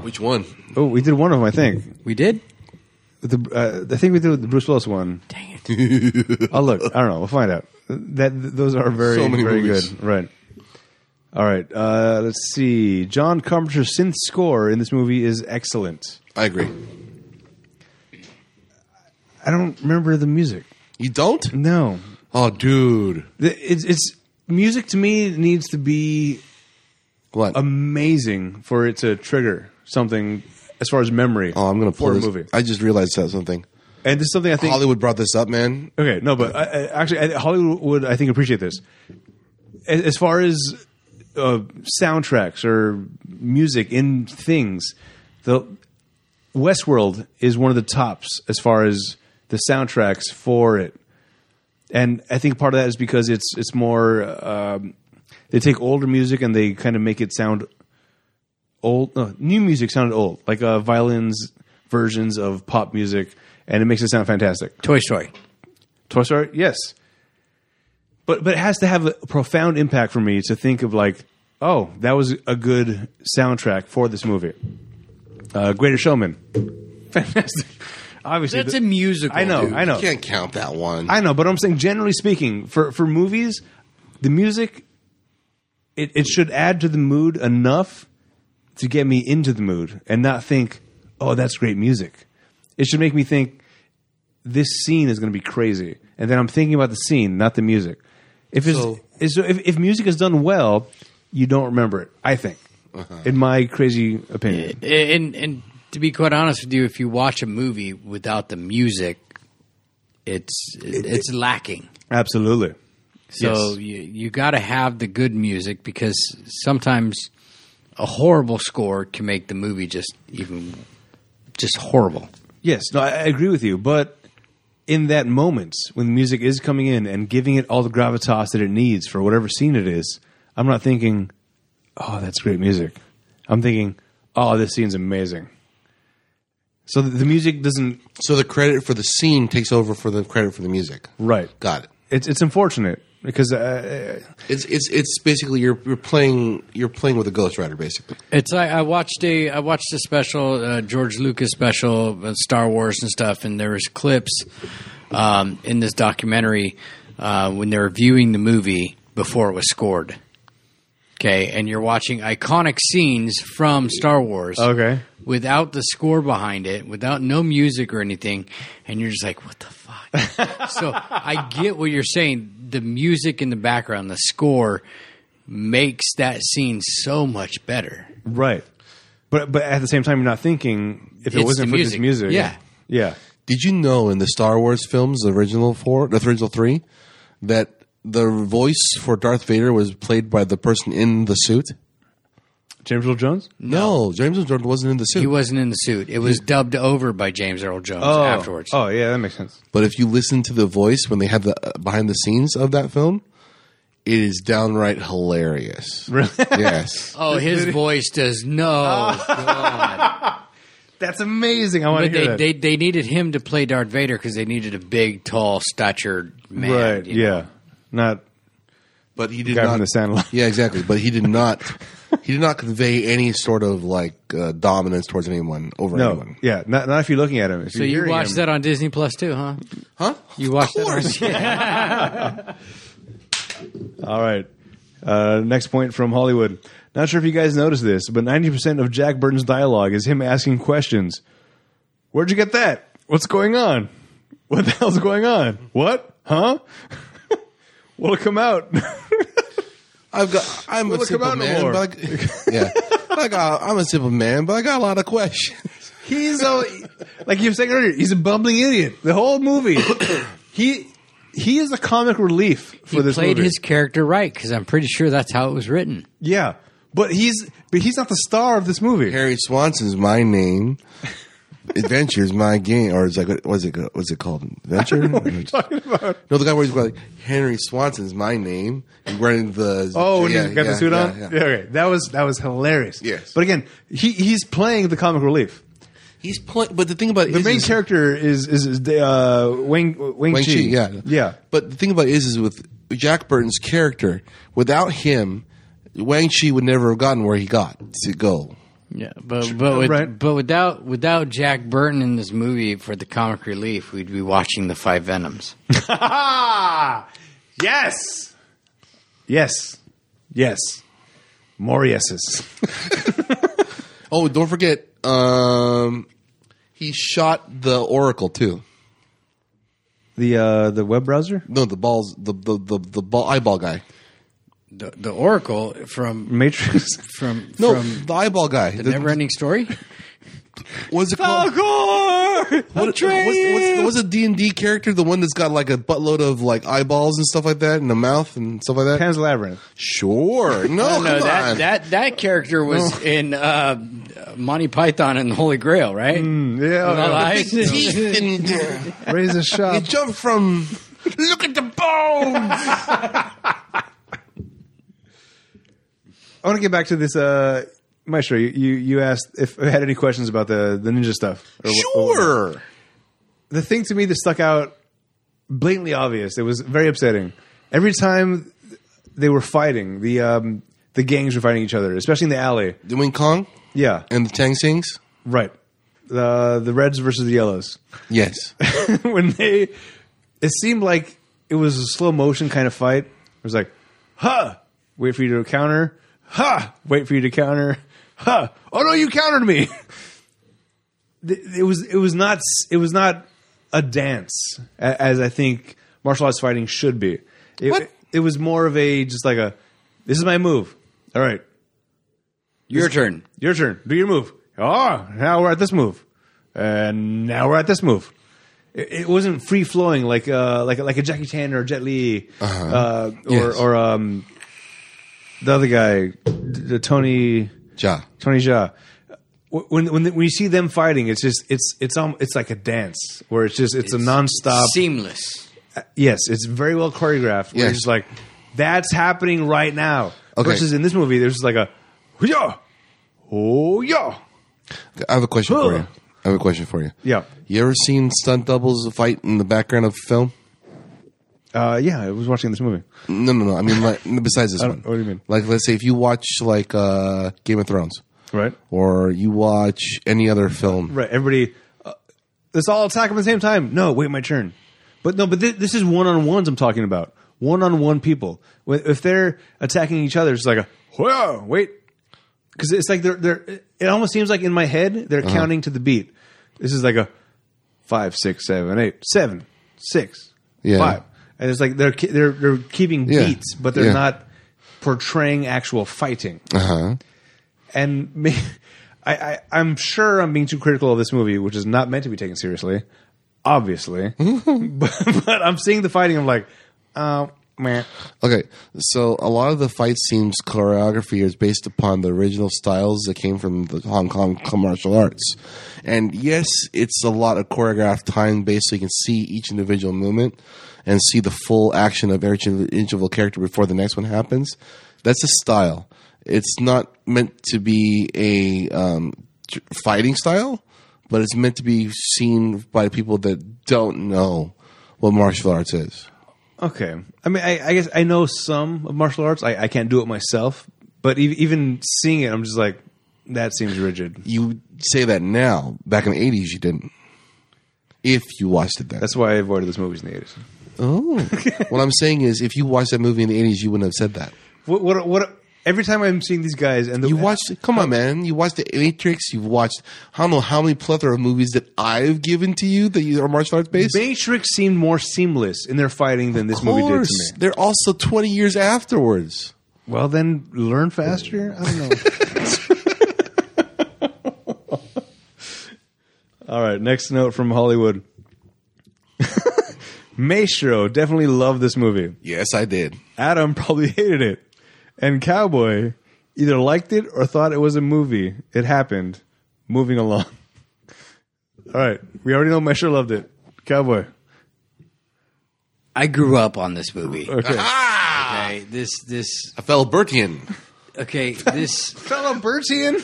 [SPEAKER 2] Which one?
[SPEAKER 1] oh, we did one of them, I think.
[SPEAKER 3] we did?
[SPEAKER 1] The uh, I think we did the Bruce Willis one.
[SPEAKER 3] Dang it.
[SPEAKER 1] [laughs] I'll look. I don't know. We'll find out. That th- those are very
[SPEAKER 2] So many
[SPEAKER 1] very
[SPEAKER 2] movies.
[SPEAKER 1] good. Right. All right. Uh, let's see. John Carpenter's synth score in this movie is excellent.
[SPEAKER 2] I agree.
[SPEAKER 1] I don't remember the music.
[SPEAKER 2] You don't?
[SPEAKER 1] No,
[SPEAKER 2] Oh, dude.
[SPEAKER 1] The- it's it's music to me needs to be
[SPEAKER 2] What?
[SPEAKER 1] Um, amazing for it to trigger something as far as memory.
[SPEAKER 2] oh, I'm gonna pull
[SPEAKER 1] for a
[SPEAKER 2] this.
[SPEAKER 1] movie.
[SPEAKER 2] I just realized that something.
[SPEAKER 1] And this is something I think
[SPEAKER 2] Hollywood brought this up, man.
[SPEAKER 1] Okay, no, but I, I, actually, I, Hollywood would I think appreciate this. As, as far as uh, soundtracks or music in things, the Westworld is one of the tops as far as the soundtracks for it, and I think part of that is because it's it's more um, they take older music and they kind of make it sound old. No, new music sounded old, like uh, violins versions of pop music, and it makes it sound fantastic.
[SPEAKER 3] Toy Story.
[SPEAKER 1] Toy Story, yes. But but it has to have a profound impact for me to think of like, oh, that was a good soundtrack for this movie. Uh, Greater Showman, [laughs] fantastic. Obviously,
[SPEAKER 3] That's
[SPEAKER 1] the-
[SPEAKER 3] a musical.
[SPEAKER 1] I know,
[SPEAKER 3] dude.
[SPEAKER 1] I know,
[SPEAKER 2] You can't count that one.
[SPEAKER 1] Oh. I know. But I'm saying, generally speaking, for for movies, the music it, it should add to the mood enough to get me into the mood and not think, oh, that's great music. It should make me think this scene is going to be crazy, and then I'm thinking about the scene, not the music. If it's,
[SPEAKER 2] So-
[SPEAKER 1] it's- so if, if music is done well, you don't remember it. I think, in my crazy opinion,
[SPEAKER 3] And and to be quite honest with you, if you watch a movie without the music, it's it's lacking.
[SPEAKER 1] absolutely.
[SPEAKER 3] So
[SPEAKER 1] Yes.
[SPEAKER 3] you you got to have the good music because sometimes a horrible score can make the movie just even just horrible.
[SPEAKER 1] Yes, no, I, I agree with you. But in that moment when music is coming in and giving it all the gravitas that it needs for whatever scene it is, I'm not thinking, "Oh, that's great music." I'm thinking, "Oh, this scene's amazing." So the, the music doesn't.
[SPEAKER 2] So the credit for the scene takes over for the credit for the music.
[SPEAKER 1] Right.
[SPEAKER 2] Got it.
[SPEAKER 1] It's it's unfortunate because uh,
[SPEAKER 2] It's it's it's basically you're you're playing you're playing with a ghostwriter basically.
[SPEAKER 3] It's like I watched a I watched a special uh, George Lucas special uh, Star Wars and stuff, and there was clips um, in this documentary uh, when they were viewing the movie before it was scored. Okay, and you're watching iconic scenes from Star Wars.
[SPEAKER 1] Okay.
[SPEAKER 3] without the score behind it, without no music or anything, and you're just like, what the fuck? so I get what you're saying. The music in the background, the score makes that scene so much better.
[SPEAKER 1] right, but but at the same time, you're not thinking if it
[SPEAKER 3] It's
[SPEAKER 1] wasn't
[SPEAKER 3] the
[SPEAKER 1] for this
[SPEAKER 3] music.
[SPEAKER 1] music.
[SPEAKER 3] Yeah.
[SPEAKER 1] yeah.
[SPEAKER 2] Did you know in the Star Wars films, the original four, the original three, that the voice for Darth Vader was played by the person in the suit?
[SPEAKER 1] James Earl Jones.
[SPEAKER 2] No, James Earl Jordan wasn't in the suit.
[SPEAKER 3] He wasn't in the suit. It was dubbed over by James Earl Jones afterwards.
[SPEAKER 1] Oh yeah, that makes sense.
[SPEAKER 2] but if you listen to the voice when they have the uh, behind the scenes of that film, it is downright hilarious.
[SPEAKER 1] Really?
[SPEAKER 2] [laughs] yes.
[SPEAKER 3] Oh, his voice does no. God.
[SPEAKER 1] That's amazing. Ah, I want to
[SPEAKER 3] But
[SPEAKER 1] hear
[SPEAKER 3] they,
[SPEAKER 1] that.
[SPEAKER 3] they they needed him to play Darth Vader because they needed a big, tall, statured man.
[SPEAKER 1] right?
[SPEAKER 3] you know?
[SPEAKER 1] Yeah, not
[SPEAKER 2] But he did
[SPEAKER 1] guy
[SPEAKER 2] not
[SPEAKER 1] from the Sandlot.
[SPEAKER 2] Yeah, exactly. But he [laughs] did not. he did not convey any sort of like uh, dominance towards anyone over
[SPEAKER 1] [laughs] No,
[SPEAKER 2] anyone.
[SPEAKER 1] yeah, not, not if you're looking at him. If
[SPEAKER 3] So
[SPEAKER 1] you're
[SPEAKER 3] you
[SPEAKER 1] hearing
[SPEAKER 3] watched
[SPEAKER 1] him-
[SPEAKER 3] that on Disney Plus too, huh?
[SPEAKER 2] Huh?
[SPEAKER 3] You watched that. On-
[SPEAKER 1] All right. Uh, next point from Hollywood. Not sure if you guys noticed this, but 90% of Jack Burton's dialogue is him asking questions. Where'd you get that? What's going on? What the hell's going on? What? Huh? [laughs] What'll come out? [laughs]
[SPEAKER 2] I've got. I'm
[SPEAKER 1] Well,
[SPEAKER 2] a
[SPEAKER 1] look
[SPEAKER 2] simple
[SPEAKER 1] around no
[SPEAKER 2] man.
[SPEAKER 1] more.
[SPEAKER 2] But
[SPEAKER 1] [laughs]
[SPEAKER 2] I, [laughs] yeah. I got. I'm a simple man, but I got a lot of questions.
[SPEAKER 1] He's a, like you were saying earlier, he's a bumbling idiot. The whole movie. [coughs] he he is the comic relief for
[SPEAKER 3] he
[SPEAKER 1] this
[SPEAKER 3] played
[SPEAKER 1] movie.
[SPEAKER 3] his character right because I'm pretty sure that's how it was written.
[SPEAKER 1] yeah. But he's but he's not the star of this movie.
[SPEAKER 2] Harry Swanson's my name. Adventure's my game, or it's like what was it? What's it called?
[SPEAKER 1] [laughs]
[SPEAKER 2] Adventure. No, the guy where he's like Henry Swanson's my name. He's wearing the
[SPEAKER 1] Oh, when
[SPEAKER 2] yeah,
[SPEAKER 1] he's got
[SPEAKER 2] yeah,
[SPEAKER 1] the suit
[SPEAKER 2] yeah,
[SPEAKER 1] on.
[SPEAKER 2] yeah.
[SPEAKER 1] Yeah, okay. That was that was hilarious.
[SPEAKER 2] Yes.
[SPEAKER 1] but again, he he's playing the comic relief.
[SPEAKER 2] He's playing, but the thing about it
[SPEAKER 1] The
[SPEAKER 2] is-
[SPEAKER 1] main
[SPEAKER 2] is-
[SPEAKER 1] character is is, is the, uh, Wang Wang,
[SPEAKER 2] Wang Chi, yeah,
[SPEAKER 1] yeah.
[SPEAKER 2] But the thing about it is, is with Jack Burton's character, without him, Wang Chi would never have gotten where he got to go.
[SPEAKER 3] Yeah, but but with,
[SPEAKER 1] Right.
[SPEAKER 3] but without without Jack Burton in this movie for the comic relief, we'd be watching the Five Venoms.
[SPEAKER 2] [laughs]
[SPEAKER 1] yes, yes, yes. More yeses.
[SPEAKER 2] Oh, don't forget, um, he shot the Oracle too.
[SPEAKER 1] The uh, the web browser
[SPEAKER 2] No, the balls, the the the, the ball, eyeball guy.
[SPEAKER 3] The, the Oracle
[SPEAKER 1] [laughs]
[SPEAKER 3] from
[SPEAKER 1] Matrix.
[SPEAKER 3] from
[SPEAKER 2] No,
[SPEAKER 3] from
[SPEAKER 2] the eyeball guy.
[SPEAKER 3] the
[SPEAKER 2] The-
[SPEAKER 3] Never Ending Story.
[SPEAKER 2] what's it called? What, what's, what's, what's a D and D character? The one that's got like a buttload of like eyeballs and stuff like that, and a mouth and stuff like that.
[SPEAKER 1] Pan's Labyrinth.
[SPEAKER 3] [laughs]
[SPEAKER 2] Sure, no,
[SPEAKER 3] No,
[SPEAKER 2] come
[SPEAKER 3] no, that
[SPEAKER 2] on.
[SPEAKER 3] that that character was in uh, Monty Python and the Holy Grail, right?
[SPEAKER 1] Hmm. Yeah,
[SPEAKER 3] Right?
[SPEAKER 2] teeth and.
[SPEAKER 1] razor sharp.
[SPEAKER 2] It jumped from look at the
[SPEAKER 3] [laughs]
[SPEAKER 2] bones.
[SPEAKER 1] I want to get back to this uh, Maestro, you, you, you asked if I had any questions about the, the ninja stuff. or what- or whatever.
[SPEAKER 2] Sure.
[SPEAKER 1] the thing to me that stuck out blatantly obvious. It was very upsetting. Every time they were fighting, the um, the gangs were fighting each other, especially in the alley.
[SPEAKER 2] The Wing Kong
[SPEAKER 1] Yeah,
[SPEAKER 2] and the Tang Sings?
[SPEAKER 1] right. The the reds versus the yellows.
[SPEAKER 2] Yes.
[SPEAKER 1] [laughs] when they, it seemed like it was a slow motion kind of fight. It was like, huh, wait for you to counter, huh, wait for you to counter, huh. Oh no, you countered me. [laughs] Th- it was it was not s- it was not a dance a- as I think martial arts fighting should be. It,
[SPEAKER 2] What?
[SPEAKER 1] it was more of a just like a this is my move. All right,
[SPEAKER 3] Your turn.
[SPEAKER 1] your turn. Do your move. Oh, now we're at this move, and now we're at this move. It, it wasn't free flowing like uh, like like a Jackie Chan or Jet Li uh or
[SPEAKER 2] Uh-huh. Yes.
[SPEAKER 1] or um, the other guy, d- d- Tony
[SPEAKER 2] Ja.
[SPEAKER 1] Tony Jaa. Wh- When when when you see them fighting, it's just it's it's um it's like a dance where it's just it's, a nonstop.
[SPEAKER 3] Seamless.
[SPEAKER 1] yes, it's very well choreographed. Where
[SPEAKER 2] Yes.
[SPEAKER 1] it's just like that's happening right now.
[SPEAKER 2] Okay.
[SPEAKER 1] Versus in this movie, there's just like a yeah, oh yeah.
[SPEAKER 2] I have a question for
[SPEAKER 1] Huh.
[SPEAKER 2] you. I have a question for you.
[SPEAKER 1] Yeah.
[SPEAKER 2] You ever seen stunt doubles fight in the background of film?
[SPEAKER 1] Uh, yeah, I was watching this movie.
[SPEAKER 2] No, no, no. I mean, like, [laughs] besides this
[SPEAKER 1] I
[SPEAKER 2] one.
[SPEAKER 1] don't- what do you mean?
[SPEAKER 2] Like, let's say if you watch like uh, Game of Thrones,
[SPEAKER 1] Right.
[SPEAKER 2] or you watch any other film.
[SPEAKER 1] Right. Everybody, uh, let's all attack them at the same time. No, wait my turn. But no, but thi- this is one on ones I'm talking about. One on one people. Wh- If they're attacking each other, it's like a, whoa, wait. Because it's like they're, they're, it almost seems like in my head,
[SPEAKER 2] Uh-huh.
[SPEAKER 1] they're counting to the beat. This is like a five, six, seven, eight, seven, six,
[SPEAKER 2] Yeah.
[SPEAKER 1] five. And it's like they're, ki- they're, they're keeping
[SPEAKER 2] Yeah.
[SPEAKER 1] beats, but they're
[SPEAKER 2] Yeah.
[SPEAKER 1] not portraying actual fighting
[SPEAKER 2] Uh huh.
[SPEAKER 1] and me, [laughs] I, I, I'm sure I'm being too critical of this movie, which is not meant to be taken seriously, obviously. [laughs] but, but I'm seeing the fighting. I'm like, oh man,
[SPEAKER 2] Okay, so a lot of the fight scenes choreography is based upon the original styles that came from the Hong Kong martial arts, and yes, it's a lot of choreographed time based, so you can see each individual movement and see the full action of each individual character before the next one happens. That's a style. It's not meant to be a um, tr- fighting style, but it's meant to be seen by people that don't know what martial arts is.
[SPEAKER 1] okay. I mean, I, I guess I know some of martial arts. I, I can't do it myself, but e- even seeing it, I'm just like, that seems rigid.
[SPEAKER 2] you say that now. Back in the eighties, you didn't. If you watched it then,
[SPEAKER 1] That's why I avoided those movies in the 80s.
[SPEAKER 2] oh. [laughs] what I'm saying is, if you watched that movie in the eighties, you wouldn't have said that.
[SPEAKER 1] What? What? what Every time I'm seeing these guys, and the,
[SPEAKER 2] You watched, come on, man, you watched the Matrix. You've watched, I don't know how many plethora of movies that I've given to you that you are martial arts based.
[SPEAKER 1] Matrix seemed more seamless in their fighting than this
[SPEAKER 2] Of
[SPEAKER 1] movie did
[SPEAKER 2] course.
[SPEAKER 1] to me.
[SPEAKER 2] They're also twenty years afterwards.
[SPEAKER 1] Well, then learn faster. I don't know. [laughs] All right, next note from Hollywood. [laughs] Maestro definitely loved this movie.
[SPEAKER 2] Yes, I did.
[SPEAKER 1] Adam [laughs] probably hated it. And Cowboy either liked it or thought it was a movie. It happened. Moving along. [laughs] All right, we already know Maestro loved it. Cowboy.
[SPEAKER 3] I grew up on this
[SPEAKER 2] [laughs]
[SPEAKER 3] movie.
[SPEAKER 1] Okay.
[SPEAKER 2] Ah,
[SPEAKER 3] Okay, this this
[SPEAKER 2] I fell Bertian.
[SPEAKER 3] okay this
[SPEAKER 1] Felibertian.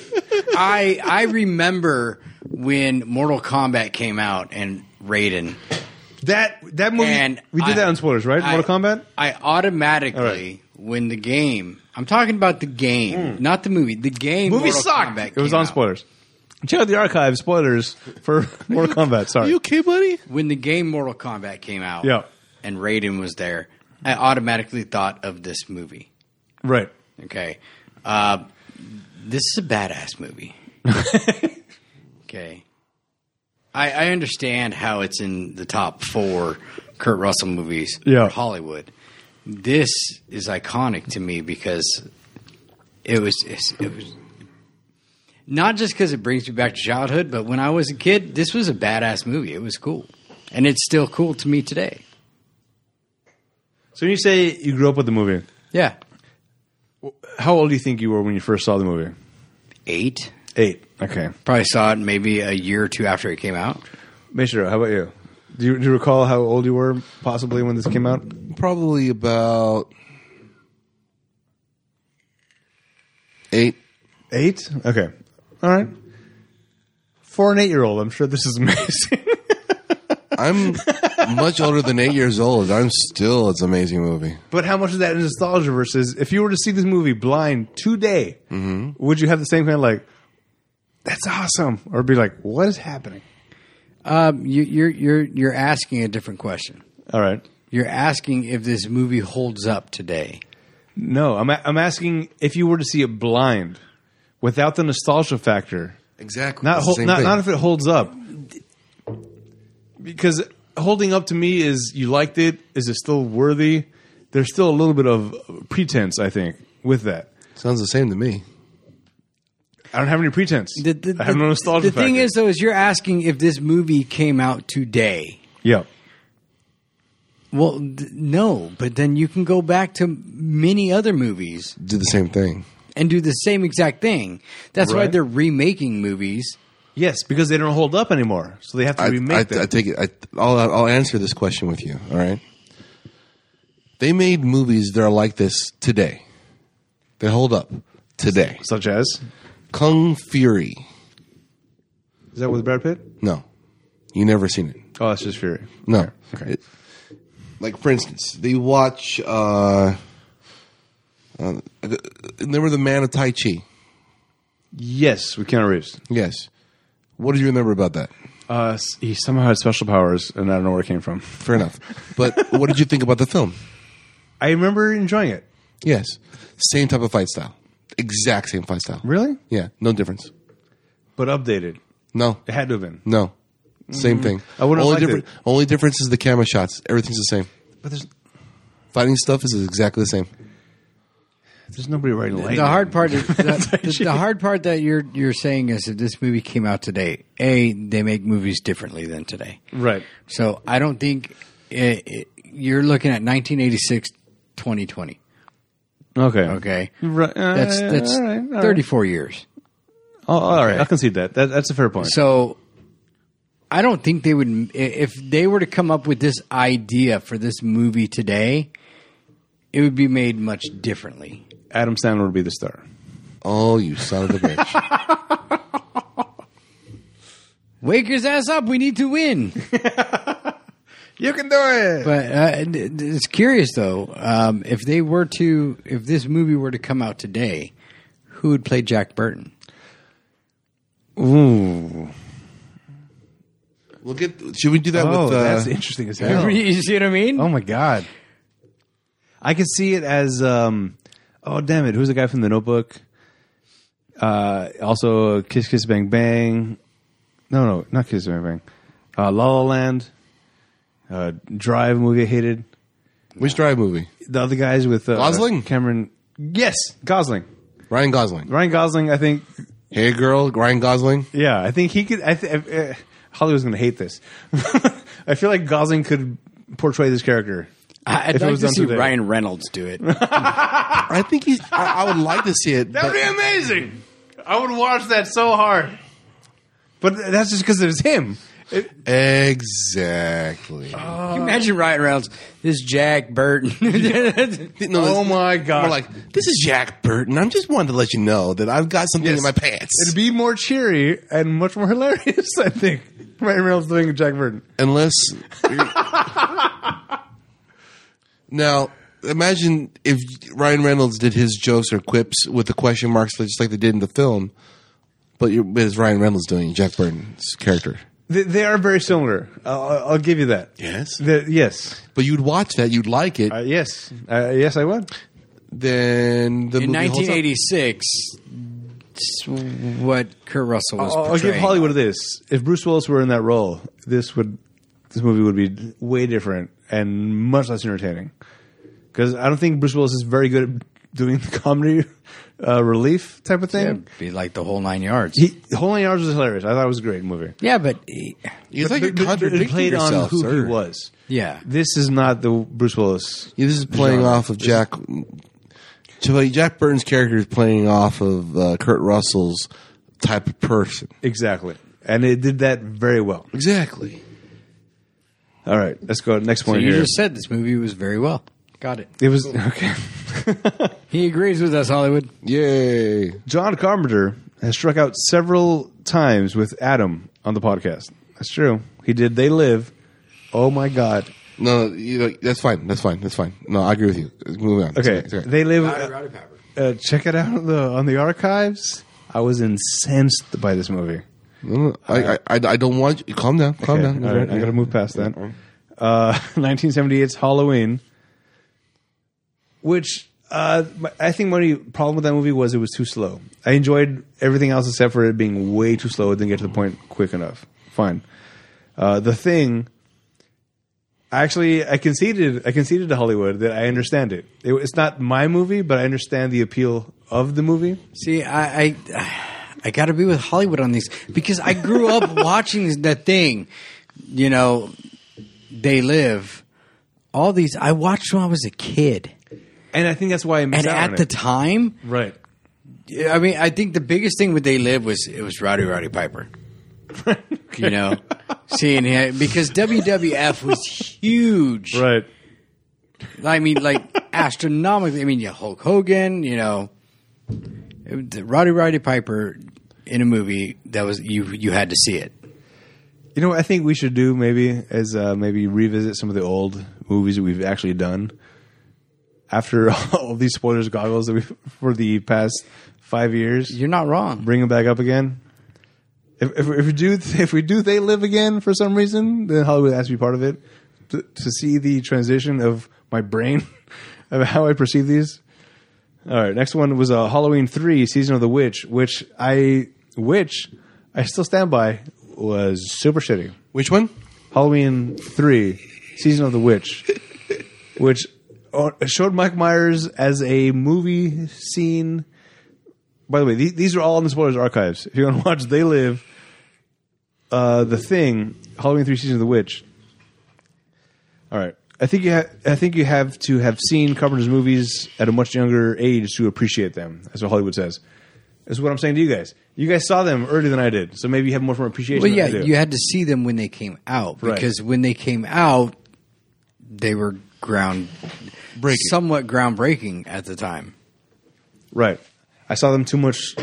[SPEAKER 3] I I remember when Mortal Kombat came out and Raiden
[SPEAKER 1] That that movie.
[SPEAKER 3] and
[SPEAKER 1] Oh, we did
[SPEAKER 3] I-
[SPEAKER 1] that on spoilers, right?
[SPEAKER 3] I-
[SPEAKER 1] Mortal Kombat.
[SPEAKER 3] I automatically
[SPEAKER 1] All right. Hmm.
[SPEAKER 3] win the game. I'm talking about the game, not the movie. The game.
[SPEAKER 1] movie
[SPEAKER 3] Mortal
[SPEAKER 1] sucked.
[SPEAKER 3] Kombat
[SPEAKER 1] it was
[SPEAKER 3] came
[SPEAKER 1] on
[SPEAKER 3] out.
[SPEAKER 1] spoilers. Check out the archive spoilers for [laughs] Mortal Kombat. Sorry.
[SPEAKER 2] okay, buddy?
[SPEAKER 3] When the game Mortal Kombat came out,
[SPEAKER 1] Yeah.
[SPEAKER 3] and Raiden was there, I automatically thought of this movie.
[SPEAKER 1] right.
[SPEAKER 3] Okay. Uh, this is a badass movie. okay. I, I understand how it's in the top four Kurt Russell movies
[SPEAKER 1] Yeah.
[SPEAKER 3] for Hollywood. This is iconic to me because it was it's- it was not just because it brings me back to childhood, but when I was a kid, this was a badass movie. It was cool, and it's still cool to me today.
[SPEAKER 1] So when you say you grew up with the movie,
[SPEAKER 3] Yeah,
[SPEAKER 1] how old do you think you were when you first saw the movie?
[SPEAKER 3] eight
[SPEAKER 1] Eight. Okay.
[SPEAKER 3] probably saw it maybe a year or two after it came out.
[SPEAKER 1] Mishra, how about you? Do, you? do you recall how old you were possibly when this came out?
[SPEAKER 2] Probably about eight.
[SPEAKER 1] Eight? Okay. All right. For an eight year old, I'm sure this is [laughs] amazing.
[SPEAKER 2] I'm much older than eight years old. I'm still. It's an amazing movie.
[SPEAKER 1] but how much of that is nostalgia versus if you were to see this movie blind today, would you have the same kind of like, that's awesome? Or be like, what is happening?
[SPEAKER 3] Um, you, you're you're you're asking a different question.
[SPEAKER 1] All right.
[SPEAKER 3] You're asking if this movie holds up today.
[SPEAKER 1] No, I'm, a- I'm asking if you were to see it blind without the nostalgia factor.
[SPEAKER 2] Exactly.
[SPEAKER 1] Not, hol- not, not if it holds up. Because holding up to me is you liked it. Is it still worthy? There's still a little bit of pretense, I think, with that.
[SPEAKER 2] Sounds the same to me.
[SPEAKER 1] I don't have any pretense. I have no nostalgia.
[SPEAKER 3] The thing
[SPEAKER 1] factor.
[SPEAKER 3] is, though, is you're asking if this movie came out today.
[SPEAKER 1] yeah,
[SPEAKER 3] Well, d- no, but then you can go back to many other movies
[SPEAKER 2] Do the same thing.
[SPEAKER 3] and do the same exact thing. That's why
[SPEAKER 1] Right.
[SPEAKER 3] they're remaking movies.
[SPEAKER 1] yes, because they don't hold up anymore, so they have to
[SPEAKER 2] I,
[SPEAKER 1] remake
[SPEAKER 2] I,
[SPEAKER 1] them.
[SPEAKER 2] I take it. I, I'll, I'll answer this question with you. All right. They made movies that are like this today. They hold up today.
[SPEAKER 1] such as
[SPEAKER 2] Kung Fury.
[SPEAKER 1] is that with Brad Pitt?
[SPEAKER 2] No, you never seen it.
[SPEAKER 1] Oh, that's just Fury.
[SPEAKER 2] No.
[SPEAKER 1] Okay.
[SPEAKER 2] It- like for instance, they watch. Uh, uh, remember the Man of Tai Chi?
[SPEAKER 1] Yes, with Keanu Reeves.
[SPEAKER 2] Yes. What do you remember about that?
[SPEAKER 1] Uh, s- he somehow had special powers, and I don't know where it came from.
[SPEAKER 2] Fair enough. [laughs] But what did you think about the film?
[SPEAKER 1] I remember enjoying it.
[SPEAKER 2] Yes. Same type of fight style. Exact same fight style.
[SPEAKER 1] Really?
[SPEAKER 2] Yeah. No difference.
[SPEAKER 1] But updated.
[SPEAKER 2] No.
[SPEAKER 1] It had to have been.
[SPEAKER 2] No. Same thing.
[SPEAKER 1] I wouldn't have
[SPEAKER 2] only
[SPEAKER 1] liked
[SPEAKER 2] different. Only difference is the camera shots. Everything's the same.
[SPEAKER 1] But there's
[SPEAKER 2] Fighting stuff is exactly the same.
[SPEAKER 1] there's nobody writing lightning.
[SPEAKER 3] The hard
[SPEAKER 1] [laughs]
[SPEAKER 3] part is the, the, the hard part that you're you're saying is if this movie came out today, a they make movies differently than today.
[SPEAKER 1] right?
[SPEAKER 3] So I don't think it, it, you're looking at 1986, 2020.
[SPEAKER 1] Okay.
[SPEAKER 3] Okay,
[SPEAKER 1] Right. uh,
[SPEAKER 3] that's
[SPEAKER 1] Eh,
[SPEAKER 3] that's 34 years.
[SPEAKER 1] Oh, all right. I concede that. that. That's a fair point.
[SPEAKER 3] So I don't think they would eh, if they were to come up with this idea for this movie today, it would be made much differently.
[SPEAKER 1] Adam Sandler would be the star.
[SPEAKER 2] Oh, you son of a [laughs] bitch.
[SPEAKER 3] Wake his ass up! We need to win.
[SPEAKER 1] You can do it.
[SPEAKER 3] But uh, d- d- it's curious though, um, if they were to, if this movie were to come out today, who would play Jack Burton?
[SPEAKER 1] Ooh.
[SPEAKER 2] we'll get. Should we do that
[SPEAKER 1] Oh,
[SPEAKER 2] with? Uh,
[SPEAKER 1] that's interesting as hell.
[SPEAKER 3] [laughs] you see what I mean?
[SPEAKER 1] Oh my god. I could see it as um oh damn it, who's the guy from the notebook? Uh also Kiss Kiss Bang Bang. No, no, not Kiss Kiss Bang Bang. Uh La La Land. Uh Drive movie I hated.
[SPEAKER 2] which drive movie?
[SPEAKER 1] The other guys with uh,
[SPEAKER 2] Gosling?
[SPEAKER 1] Cameron Yes, Gosling.
[SPEAKER 2] Ryan Gosling.
[SPEAKER 1] Ryan Gosling, I think
[SPEAKER 2] Hey, girl. Ryan Gosling.
[SPEAKER 1] Yeah, I think he could. I th- uh, Hollywood's going to hate this. [laughs] I feel like Gosling could portray this character.
[SPEAKER 3] I- I'd
[SPEAKER 1] If it
[SPEAKER 3] like
[SPEAKER 1] was
[SPEAKER 3] to
[SPEAKER 1] done
[SPEAKER 3] see
[SPEAKER 1] today.
[SPEAKER 3] Ryan Reynolds do
[SPEAKER 1] [laughs]
[SPEAKER 3] it.
[SPEAKER 2] I think he's. I, I would like to see it. but-
[SPEAKER 1] amazing. I would watch that so hard. But that's just because it was [laughs] him.
[SPEAKER 2] exactly.
[SPEAKER 3] Can you imagine Ryan Reynolds, this Jack Burton. [laughs]
[SPEAKER 2] No,
[SPEAKER 1] oh
[SPEAKER 2] it's-
[SPEAKER 1] my God.
[SPEAKER 2] We're like, this is Jack Burton. I'm just wanted to let you know that I've got something
[SPEAKER 1] Yes.
[SPEAKER 2] in my pants.
[SPEAKER 1] It'd be more cheery and much more [laughs] hilarious, I think. Ryan Reynolds doing Jack Burton.
[SPEAKER 2] Unless. [laughs] now, imagine if Ryan Reynolds did his jokes or quips with the question marks just like they did in the film, but, you're, but it's Ryan Reynolds doing Jack Burton's character.
[SPEAKER 1] They, they are very similar. I'll, I'll- I'll give you that.
[SPEAKER 2] Yes.
[SPEAKER 1] The- yes.
[SPEAKER 2] But you'd watch that, you'd like it,
[SPEAKER 1] Uh, yes. Uh, yes, I would.
[SPEAKER 2] then the
[SPEAKER 3] In
[SPEAKER 2] movie holds up.
[SPEAKER 3] 1986, it's what Kurt Russell was
[SPEAKER 1] I'll, I'll give
[SPEAKER 3] portraying.
[SPEAKER 1] Hollywood this. If Bruce Willis were in that role, this would this movie would be way different and much less entertaining. Because I don't think Bruce Willis is very good at doing the [laughs] comedy uh, relief type of
[SPEAKER 3] Yeah,
[SPEAKER 1] thing.
[SPEAKER 3] be like the whole nine yards.
[SPEAKER 1] He, the Whole Nine Yards was hilarious. I thought it was a great movie.
[SPEAKER 3] yeah, but eh,
[SPEAKER 2] You
[SPEAKER 1] But-
[SPEAKER 2] think you're
[SPEAKER 1] but- but
[SPEAKER 2] contradicting
[SPEAKER 1] it played
[SPEAKER 2] yourself,
[SPEAKER 1] on who
[SPEAKER 2] sir.
[SPEAKER 1] he was.
[SPEAKER 3] yeah,
[SPEAKER 1] This is not the Bruce Willis.
[SPEAKER 2] Yeah, this is playing
[SPEAKER 1] genre.
[SPEAKER 2] off of Jack. To play- Jack Burton's character is playing off of uh, Kurt Russell's type of person.
[SPEAKER 1] Exactly. And it did that very well.
[SPEAKER 2] Exactly.
[SPEAKER 1] All right, let's go to the next
[SPEAKER 3] So
[SPEAKER 1] point
[SPEAKER 3] you
[SPEAKER 1] here.
[SPEAKER 3] just said this movie was very well. Got it.
[SPEAKER 1] it was okay.
[SPEAKER 3] He agrees with us, Hollywood.
[SPEAKER 2] Yay.
[SPEAKER 1] John Carpenter has struck out several times with Adam on the podcast. That's true. He did They Live. Oh my God.
[SPEAKER 2] No, you know, that's fine. That's fine. That's fine. No, I agree with you. Move on. It's
[SPEAKER 1] Okay.
[SPEAKER 2] It's okay.
[SPEAKER 1] They Live. Uh, check it out on the, on the archives. I was incensed by this movie.
[SPEAKER 2] No, no, I, I, I I don't want you. Calm down. Calm
[SPEAKER 1] Uh, Okay,
[SPEAKER 2] down.
[SPEAKER 1] all right, I got to move past that. Uh, [laughs] 1978's Halloween, which uh, my- I think my only problem with that movie was it was too slow. I enjoyed everything else except for it being way too slow. It didn't get to the point quick enough. Fine. Uh, the thing, actually, I conceded. I conceded to Hollywood that I understand it. it. It's not my movie, but I understand the appeal of the movie.
[SPEAKER 3] See, I, I, I got to be with Hollywood on these because I grew up watching that thing. You know, they live. All these I watched when I was a kid,
[SPEAKER 1] And I think that's why I missed
[SPEAKER 3] and
[SPEAKER 1] out on
[SPEAKER 3] at the
[SPEAKER 1] it.
[SPEAKER 3] time,
[SPEAKER 1] right.
[SPEAKER 3] I mean, I think the biggest thing with they live was it was Rowdy Roddy Piper. You know, seeing him because WWF was huge.
[SPEAKER 1] Right.
[SPEAKER 3] I mean, like [laughs] astronomically. I mean, you Hulk Hogan. You know, it- Roddy Roddy Piper in a movie that was you. You had to see it.
[SPEAKER 1] You know what I think we should do maybe is uh, maybe revisit some of the old movies that we've actually done after [laughs] all these spoilers goggles that we for the past five years.
[SPEAKER 3] You're not wrong.
[SPEAKER 1] Bring them back up again. If, if, if we do if we do they live again for some reason, then Hollywood has to be part of it to, to see the transition of my brain [laughs] of how I perceive these. All right, next one was uh, Halloween three, season of the witch, which I which I still stand by was super shitty.
[SPEAKER 2] Which one?
[SPEAKER 1] Halloween three, season of the
[SPEAKER 3] [laughs]
[SPEAKER 1] witch, which uh, showed Mike Myers as a movie scene. By the way, the- these are all in the spoilers archives. If you want to watch, they live. Uh, the thing, Halloween three, season of the witch. All right, I think you ha- I think you have to have seen Carpenter's movies at a much younger age to appreciate them. That's what Hollywood says. That's what I'm saying to you guys. You guys saw them earlier than I did, so maybe you have more from appreciation.
[SPEAKER 3] Well,
[SPEAKER 1] than
[SPEAKER 3] yeah,
[SPEAKER 1] I do.
[SPEAKER 3] you had to see them when they came out
[SPEAKER 1] Right.
[SPEAKER 3] because when they came out, they were ground
[SPEAKER 2] Breaking.
[SPEAKER 3] somewhat groundbreaking at the time.
[SPEAKER 1] Right. I saw them too much,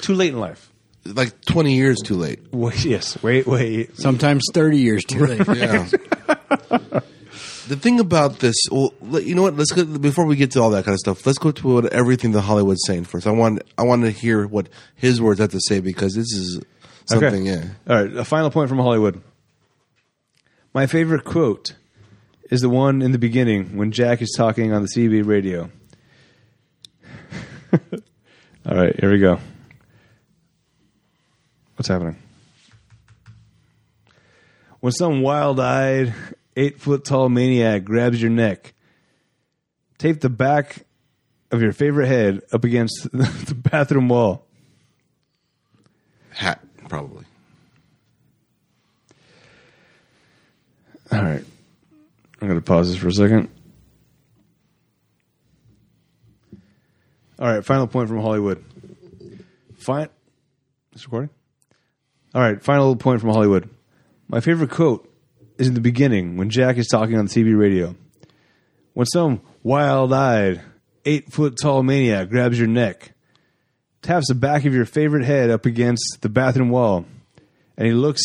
[SPEAKER 1] too late in life.
[SPEAKER 2] Like 20 years too late.
[SPEAKER 1] Wait, yes. Wait, wait.
[SPEAKER 3] Sometimes thirty years too [laughs] late.
[SPEAKER 1] [laughs]
[SPEAKER 2] Yeah. the thing about this, well, let- you know what? Let's go before we get to all that kind of stuff. Let's go to what everything that Hollywood's saying first. I want I want to hear what his words have to say because this is something. Yeah,
[SPEAKER 1] All right. A final point from Hollywood. My favorite quote is the one in the beginning when Jack is talking on the CB radio. [laughs] All right. Here we go. What's happening? When some wild eyed, eight foot tall maniac grabs your neck, tape the back of your favorite head up against [laughs] the bathroom wall.
[SPEAKER 2] hat probably.
[SPEAKER 1] All right. I'm going to pause this for a second. All right. Final point from Hollywood. Fine. It's recording? All right. Final point from Hollywood. My favorite quote is in the beginning when Jack is talking on the CB radio. When some wild eyed, eight foot tall maniac grabs your neck, taps the back of your favorite head up against the bathroom wall, and he looks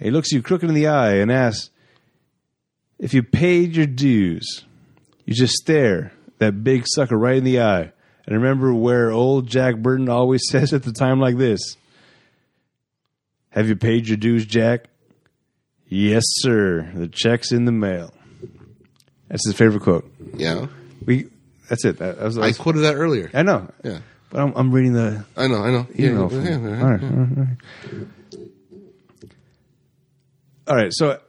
[SPEAKER 1] he looks you crooked in the eye and asks, If you paid your dues, you just stare that big sucker right in the eye and remember where old Jack Burton always [laughs] says at the time like this Have you paid your dues, Jack? Yes, sir. The check's in the mail. That's his favorite quote.
[SPEAKER 2] Yeah,
[SPEAKER 1] We. That's it. That, that was,
[SPEAKER 2] I quoted that earlier.
[SPEAKER 1] I know.
[SPEAKER 2] Yeah,
[SPEAKER 1] But I'm, I'm reading the
[SPEAKER 2] I know. I know.
[SPEAKER 1] you
[SPEAKER 2] Yeah,
[SPEAKER 1] know.
[SPEAKER 2] yeah,
[SPEAKER 1] from-
[SPEAKER 2] yeah.
[SPEAKER 1] all right, all right, all right. All right, So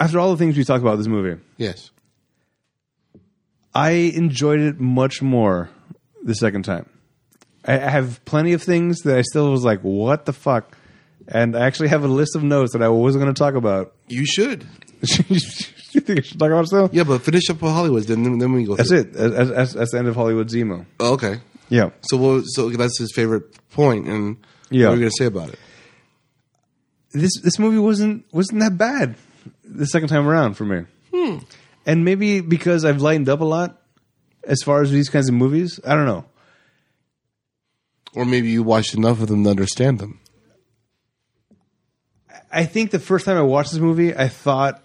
[SPEAKER 1] after all the things we talked about this movie,
[SPEAKER 2] Yes.
[SPEAKER 1] I enjoyed it much more the second time. I, I have plenty of things that I still was like, "What the fuck." And I actually have a list of notes that I wasn't going to talk about. [laughs]
[SPEAKER 2] You should.
[SPEAKER 1] you think I should talk about it still?
[SPEAKER 2] Yeah, but finish up with Hollywood, then then, then we go.
[SPEAKER 1] That's
[SPEAKER 2] through.
[SPEAKER 1] it. That's, that's, that's the end of Hollywood Zemo.
[SPEAKER 2] Oh, okay.
[SPEAKER 1] Yeah.
[SPEAKER 2] So what, so that's his favorite point, and
[SPEAKER 1] Yeah.
[SPEAKER 2] what are you gonna say about it?
[SPEAKER 1] this this movie wasn't wasn't that bad the second time around for me. And maybe because I've lightened up a lot, as far as these kinds of movies. I don't know.
[SPEAKER 2] Or maybe you watched enough of them to understand them.
[SPEAKER 1] I think the first time I watched this movie, I thought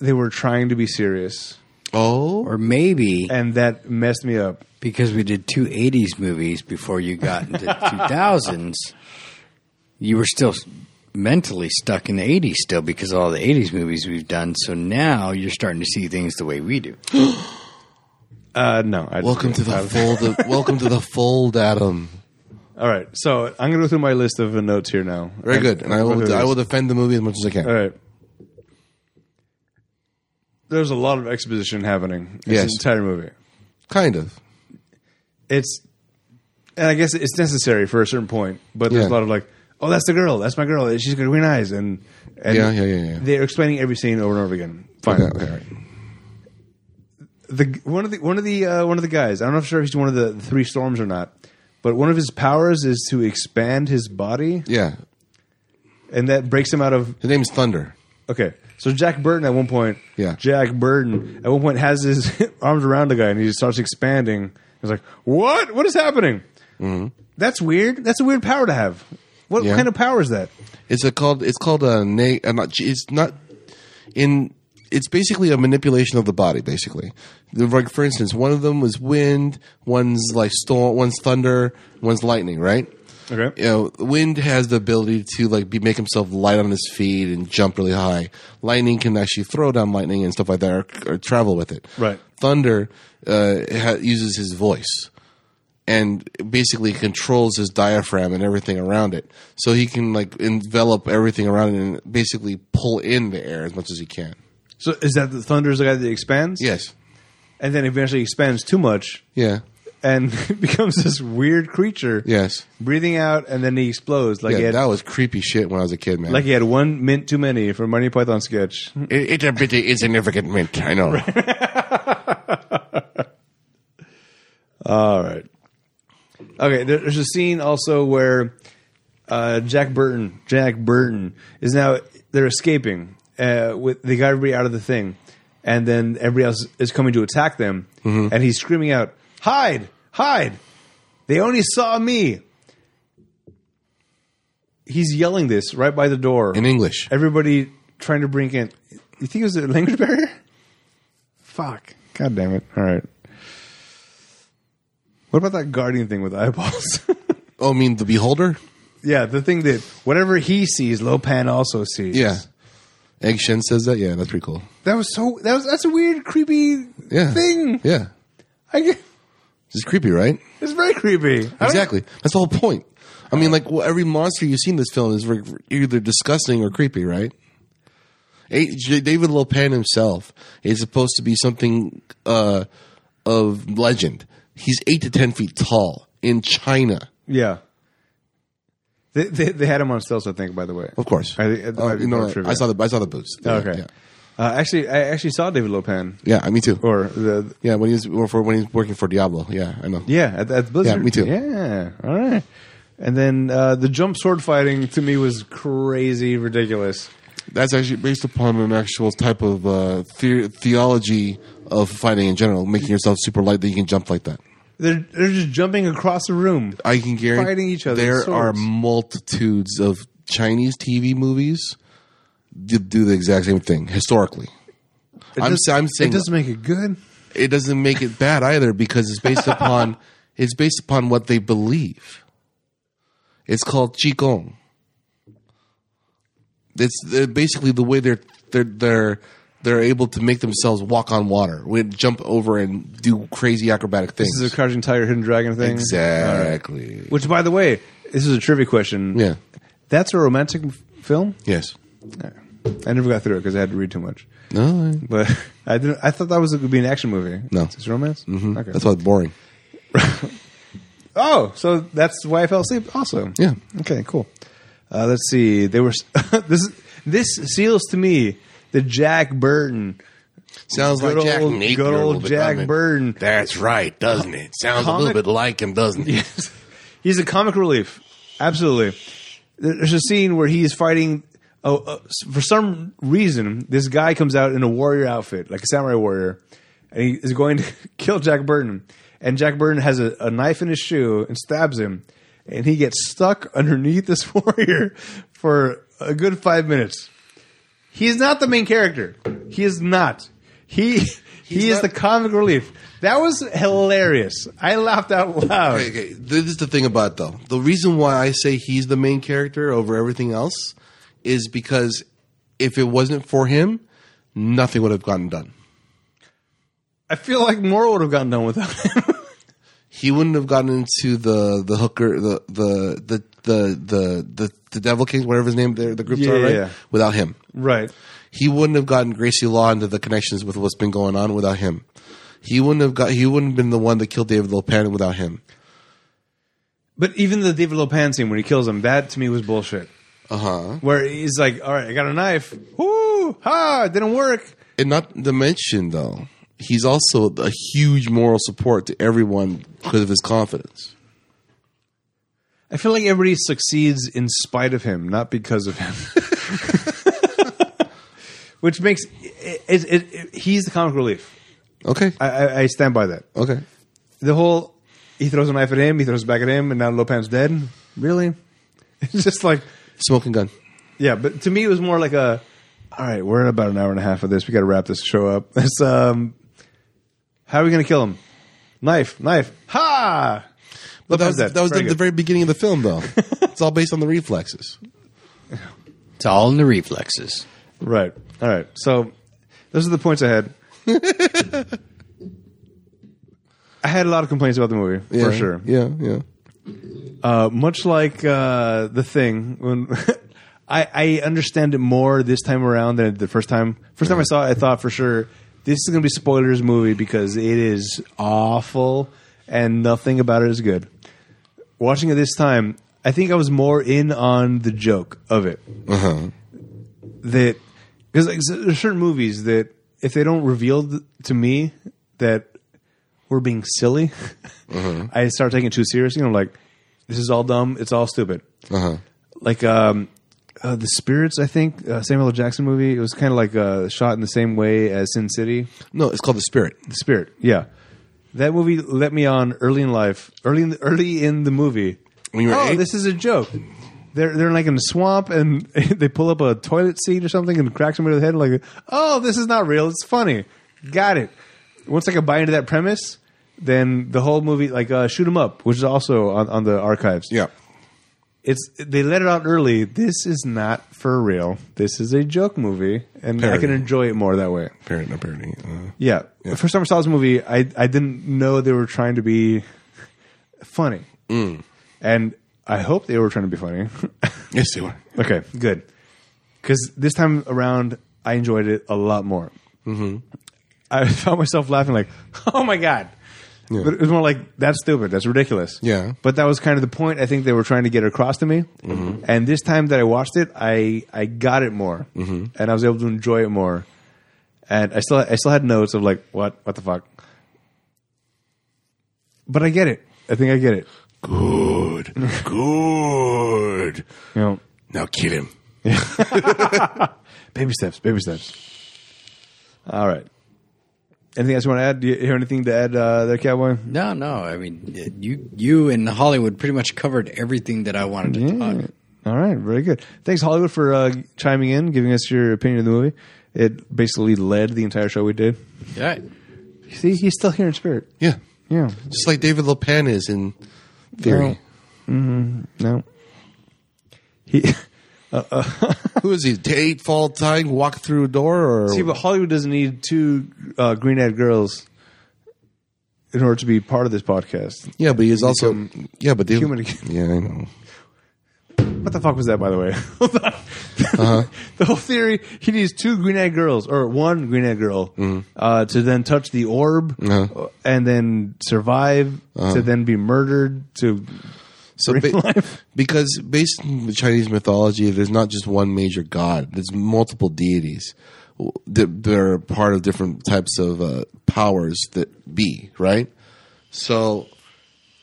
[SPEAKER 1] they were trying to be serious,
[SPEAKER 2] Oh,
[SPEAKER 3] Or maybe
[SPEAKER 1] and that messed me up.
[SPEAKER 3] because we did two 80s movies before you got [laughs] into 2000s, you were still mentally stuck in the 80s still because of all the 80s movies we've done. So now you're starting to see things the way we do.
[SPEAKER 1] Uh, no, I
[SPEAKER 2] welcome to the fold. Of, welcome to [laughs] the fold, Adam.
[SPEAKER 1] All right, so I'm gonna go through my list of uh, notes here now.
[SPEAKER 2] Very good, and I
[SPEAKER 1] I'll go
[SPEAKER 2] will.
[SPEAKER 1] through
[SPEAKER 2] I will
[SPEAKER 1] this.
[SPEAKER 2] defend the movie as much as I can.
[SPEAKER 1] All right. There's a lot of exposition happening. in
[SPEAKER 2] Yes.
[SPEAKER 1] this entire movie.
[SPEAKER 2] Kind of.
[SPEAKER 1] It's, and I guess it's necessary for a certain point, but there's
[SPEAKER 2] Yeah.
[SPEAKER 1] a lot of like, oh, that's the girl, that's my girl, she's got green eyes, and, and
[SPEAKER 2] Yeah, yeah, yeah, yeah.
[SPEAKER 1] They're explaining every scene over and over again. Fine.
[SPEAKER 2] Okay, okay, all right.
[SPEAKER 1] the one of the one of the uh, one of the guys. I don't know if sure if he's one of the, the three storms or not, but one of his powers is to expand his body,
[SPEAKER 2] Yeah,
[SPEAKER 1] and that breaks him out of.
[SPEAKER 2] his name's Thunder.
[SPEAKER 1] Okay, so Jack Burton at one point,
[SPEAKER 2] Yeah.
[SPEAKER 1] Jack Burton at one point has his [laughs] arms around the guy, and he just starts expanding. He's like, "What? What is happening? That's weird. That's a weird power to have. What
[SPEAKER 2] Mm-hmm. Yeah.
[SPEAKER 1] kind of power is that?
[SPEAKER 2] It's a called. It's called a. Na- uh, not, it's not in. It's basically a manipulation of the body. Basically, The- like for instance, one of them was wind. One's like storm. One's thunder. One's lightning. Right.
[SPEAKER 1] Okay,
[SPEAKER 2] You know, wind has the ability to like be, make himself light on his feet and jump really high. Lightning can actually throw down lightning and stuff like that, or, or travel with it.
[SPEAKER 1] Right.
[SPEAKER 2] Thunder uh, ha- uses his voice and basically controls his diaphragm and everything around it. So he can like envelop everything around it and basically pull in the air as much as he can.
[SPEAKER 1] so is that the thunder is the guy that expands?
[SPEAKER 2] Yes.
[SPEAKER 1] and then eventually expands too much
[SPEAKER 2] Yeah.
[SPEAKER 1] and [laughs] becomes this weird creature.
[SPEAKER 2] Yes.
[SPEAKER 1] breathing out, and then he explodes like
[SPEAKER 2] Yeah,
[SPEAKER 1] he had
[SPEAKER 2] that was creepy shit when I was a kid, man.
[SPEAKER 1] like he had one mint too many for Monty Python sketch.
[SPEAKER 2] It- it's a bit insignificant mint, I
[SPEAKER 1] [laughs]
[SPEAKER 2] know.
[SPEAKER 1] All right. Okay, there- there's a scene also where uh, Jack Burton, Jack Burton is now they're escaping uh, with they got everybody out of the thing, and then everybody else is coming to attack them, and he's screaming out, "Hide, hide! They only saw me." He's yelling this right by the door
[SPEAKER 2] In English.
[SPEAKER 1] everybody trying to bring in. You think it was a language [laughs] barrier? Fuck. God damn it. All right. What about that guardian thing with eyeballs? [laughs]
[SPEAKER 2] Oh, I mean the beholder?
[SPEAKER 1] yeah, the thing that whatever he sees, Lopan also sees.
[SPEAKER 2] Yeah. Egg Shen says that. Yeah, that's pretty cool.
[SPEAKER 1] That was so. That was that's a weird, creepy
[SPEAKER 2] Yeah.
[SPEAKER 1] thing.
[SPEAKER 2] Yeah.
[SPEAKER 1] I get,
[SPEAKER 2] It's creepy, right?
[SPEAKER 1] it's very creepy. I don't-
[SPEAKER 2] Exactly. That's the whole point. I mean, like well, every monster you see in this film is re- either disgusting or creepy, right? A- J- David Lopan himself is supposed to be something uh, of legend. He's eight to ten feet tall in China,
[SPEAKER 1] Yeah. They, they, they had him on stilts, I think. By the way,
[SPEAKER 2] of course.
[SPEAKER 1] I think that
[SPEAKER 2] Uh,
[SPEAKER 1] might be
[SPEAKER 2] you know,
[SPEAKER 1] more trivia.
[SPEAKER 2] I saw the I saw the boots. Yeah,
[SPEAKER 1] Okay.
[SPEAKER 2] yeah,
[SPEAKER 1] Uh, actually, I actually saw David Lopan
[SPEAKER 2] yeah, me too.
[SPEAKER 1] or the
[SPEAKER 2] yeah, when he's or for when he's working for Diablo. Yeah, I know.
[SPEAKER 1] Yeah, at, at Blizzard.
[SPEAKER 2] Yeah, me too.
[SPEAKER 1] Yeah, all right. And then uh, the jump sword fighting to me was crazy, ridiculous.
[SPEAKER 2] That's actually based upon an actual type of uh, the- theology of fighting in general, making yourself super light that you can jump like that.
[SPEAKER 1] They're they're just jumping across the room.
[SPEAKER 2] I can guarantee
[SPEAKER 1] Fighting each other with
[SPEAKER 2] There are
[SPEAKER 1] swords.
[SPEAKER 2] multitudes of Chinese TV movies that do the exact same thing historically.
[SPEAKER 1] It
[SPEAKER 2] I'm
[SPEAKER 1] does-
[SPEAKER 2] sa- I'm saying-
[SPEAKER 1] it doesn't make it good.
[SPEAKER 2] It doesn't make it bad either because it's [laughs] based upon it's based upon what they believe. It's called qigong. It's uh, basically the way they're they're they're they're able to make themselves walk on water, we jump over and do crazy acrobatic things.
[SPEAKER 1] This is a crouching tiger, hidden dragon thing.
[SPEAKER 2] exactly.
[SPEAKER 1] Which, by the way, this is a trivia question.
[SPEAKER 2] Yeah.
[SPEAKER 1] that's a romantic f- film.
[SPEAKER 2] Yes.
[SPEAKER 1] I never got through it because I had to read too much.
[SPEAKER 2] No. I-
[SPEAKER 1] But [laughs] I didn't. I thought that was going to be an action movie.
[SPEAKER 2] No.
[SPEAKER 1] it's romance. Mm-hmm. Okay.
[SPEAKER 2] That's why it's boring.
[SPEAKER 1] Oh, so that's why I fell asleep. Also,
[SPEAKER 2] Yeah.
[SPEAKER 1] Okay. Cool. Uh, let's see. They were [laughs] this. This seals to me the Jack Burton.
[SPEAKER 2] Sounds
[SPEAKER 1] Good
[SPEAKER 2] like Jack
[SPEAKER 1] old-
[SPEAKER 2] Napier
[SPEAKER 1] good
[SPEAKER 2] a little
[SPEAKER 1] old
[SPEAKER 2] bit,
[SPEAKER 1] Jack
[SPEAKER 2] doesn't it?
[SPEAKER 1] Burton.
[SPEAKER 2] That's right, doesn't it? Sounds a
[SPEAKER 1] Comic-
[SPEAKER 2] little bit like him, doesn't it?
[SPEAKER 1] Yes. He's a comic relief. Absolutely. There- There's a scene where he is fighting. Oh, uh, s- for some reason, this guy comes out in a warrior outfit, like a samurai warrior, and he is going to [laughs] kill Jack Burton. And Jack Burton has a, a knife in his shoe and stabs him, and he gets stuck [laughs] underneath this warrior for a good five minutes. He is not the main character. He is not. He [laughs] he is
[SPEAKER 2] not-
[SPEAKER 1] the comic relief. That was hilarious. I laughed out loud.
[SPEAKER 2] Okay, okay. This is the thing about it, though. The reason why I say he's the main character over everything else is because if it wasn't for him, nothing would have gotten done.
[SPEAKER 1] I feel like more would have gotten done without him. [laughs]
[SPEAKER 2] He wouldn't have gotten into the the hooker the the the the the the, the Devil Kings, whatever his name the, the groups
[SPEAKER 1] Yeah,
[SPEAKER 2] are,
[SPEAKER 1] yeah,
[SPEAKER 2] right?
[SPEAKER 1] yeah.
[SPEAKER 2] Without him.
[SPEAKER 1] right.
[SPEAKER 2] He wouldn't have gotten Gracie Law into the connections with what's been going on without him. He wouldn't have got he wouldn't have been the one that killed David Lopan without him.
[SPEAKER 1] But even the David Lopan scene when he kills him, that to me was bullshit.
[SPEAKER 2] Uh huh.
[SPEAKER 1] Where he's like, "All right, I got a knife. Whoo! Ha! It didn't work."
[SPEAKER 2] And not to mention, though, he's also a huge moral support to everyone because of his confidence.
[SPEAKER 1] I feel like everybody succeeds in spite of him, not because of him. [laughs] Which makes it, it, it, it- he's the comic relief.
[SPEAKER 2] Okay.
[SPEAKER 1] I, I, I stand by that.
[SPEAKER 2] okay.
[SPEAKER 1] The whole he throws a knife at him, he throws it back at him, and now Lopan's dead. Really? [laughs] It's just like
[SPEAKER 2] Smoking gun.
[SPEAKER 1] Yeah, but to me it was more like a all right, we're in about an hour and a half of this. We got to wrap this show up. [laughs] It's um how are we going to kill him? Knife, knife. Ha!
[SPEAKER 2] But that was,
[SPEAKER 1] Look at
[SPEAKER 2] that was the,
[SPEAKER 1] Very
[SPEAKER 2] the
[SPEAKER 1] good.
[SPEAKER 2] very beginning of the
[SPEAKER 1] [laughs]
[SPEAKER 2] film, though. it's all based on the reflexes.
[SPEAKER 3] It's all in the reflexes.
[SPEAKER 1] Right. All right. So those are the points I had. I had a lot of complaints about the movie,
[SPEAKER 2] Yeah.
[SPEAKER 1] for sure.
[SPEAKER 2] Yeah, yeah.
[SPEAKER 1] Uh, much like uh, the thing when [laughs] I, I understand it more this time around than the first time. First time I saw it, I thought for sure this is going to be spoilers movie because it is awful and nothing about it is good. Watching it this time, I think I was more in on the joke of it that because like, so there's certain movies that if they don't reveal th- to me that we're being silly, [laughs] I start taking it too serious. You know, like this is all dumb, it's all stupid.
[SPEAKER 2] Uh huh.
[SPEAKER 1] Like um, uh, the Spirits, I think uh, Samuel L. Jackson movie. It was kind of like uh, shot in the same way as Sin City.
[SPEAKER 2] No, it's called the spirit.
[SPEAKER 1] The Spirit, yeah. That movie let me on early in life, early in the, early in the movie.
[SPEAKER 2] When you were
[SPEAKER 1] oh,
[SPEAKER 2] eight?
[SPEAKER 1] this is a joke. They're they're like in the swamp and [laughs] they pull up a toilet seat or something and crack somebody in the head. Like, oh, this is not real. It's funny. Got it. Once I could buy into that premise, then the whole movie, like uh, shoot 'em up, which is also on, on the archives.
[SPEAKER 2] Yeah.
[SPEAKER 1] it's they let it out early. This is not for real. This is a joke movie, and I
[SPEAKER 2] Parody.
[SPEAKER 1] can enjoy it more that way.
[SPEAKER 2] Parent, not parody. Uh,
[SPEAKER 1] Yeah. The first time I saw this movie, I, I didn't know they were trying to be [laughs] funny.
[SPEAKER 2] Mm.
[SPEAKER 1] And I hope they were trying to be funny. [laughs]
[SPEAKER 2] yes, they were.
[SPEAKER 1] okay, good. Because this time around, I enjoyed it a lot more. Mm-hmm. I [laughs] found myself laughing, like, [laughs] oh my God. But it was more like, that's stupid. That's ridiculous.
[SPEAKER 2] Yeah.
[SPEAKER 1] But that was kind of the point I think they were trying to get across to me. And this time that I watched it, I, I got it more. And I was able to enjoy it more. And I still I still had notes of like what what the fuck, but I get it. I think I get it. [laughs]
[SPEAKER 2] Good. Good.
[SPEAKER 1] You know,
[SPEAKER 2] Now kill him.
[SPEAKER 1] baby steps, baby steps. All right. Anything else you want to add? Do you hear anything to add uh, there, Cowboy?
[SPEAKER 3] No, no. I mean, you you in Hollywood pretty much covered everything that I wanted to talk.
[SPEAKER 1] All right, very good. Thanks, Hollywood, for uh, chiming in, giving us your opinion of the movie. It basically led the entire show we did.
[SPEAKER 3] Yeah.
[SPEAKER 1] See, he's still here in spirit.
[SPEAKER 2] Yeah.
[SPEAKER 1] Yeah.
[SPEAKER 2] Just like David Lopan is in theory.
[SPEAKER 1] No. He. [laughs]
[SPEAKER 2] Who is he? Eight fall time, walk through a door, or
[SPEAKER 1] See, but Hollywood doesn't need two uh, green-eyed girls in order to be part of this podcast.
[SPEAKER 2] Yeah, but he's also yeah, but they,
[SPEAKER 1] human again.
[SPEAKER 2] Yeah, I know.
[SPEAKER 1] What the fuck was that, by the way? [laughs] Hold on. the whole theory: he needs two green-eyed girls or one green-eyed girl uh, to then touch the orb
[SPEAKER 2] Uh-huh.
[SPEAKER 1] and then survive, to then be murdered, to
[SPEAKER 2] So
[SPEAKER 1] Real
[SPEAKER 2] ba-
[SPEAKER 1] life.
[SPEAKER 2] because based on the Chinese mythology, there's not just one major god. There's multiple deities. that that are part of different types of uh, powers that be right. So,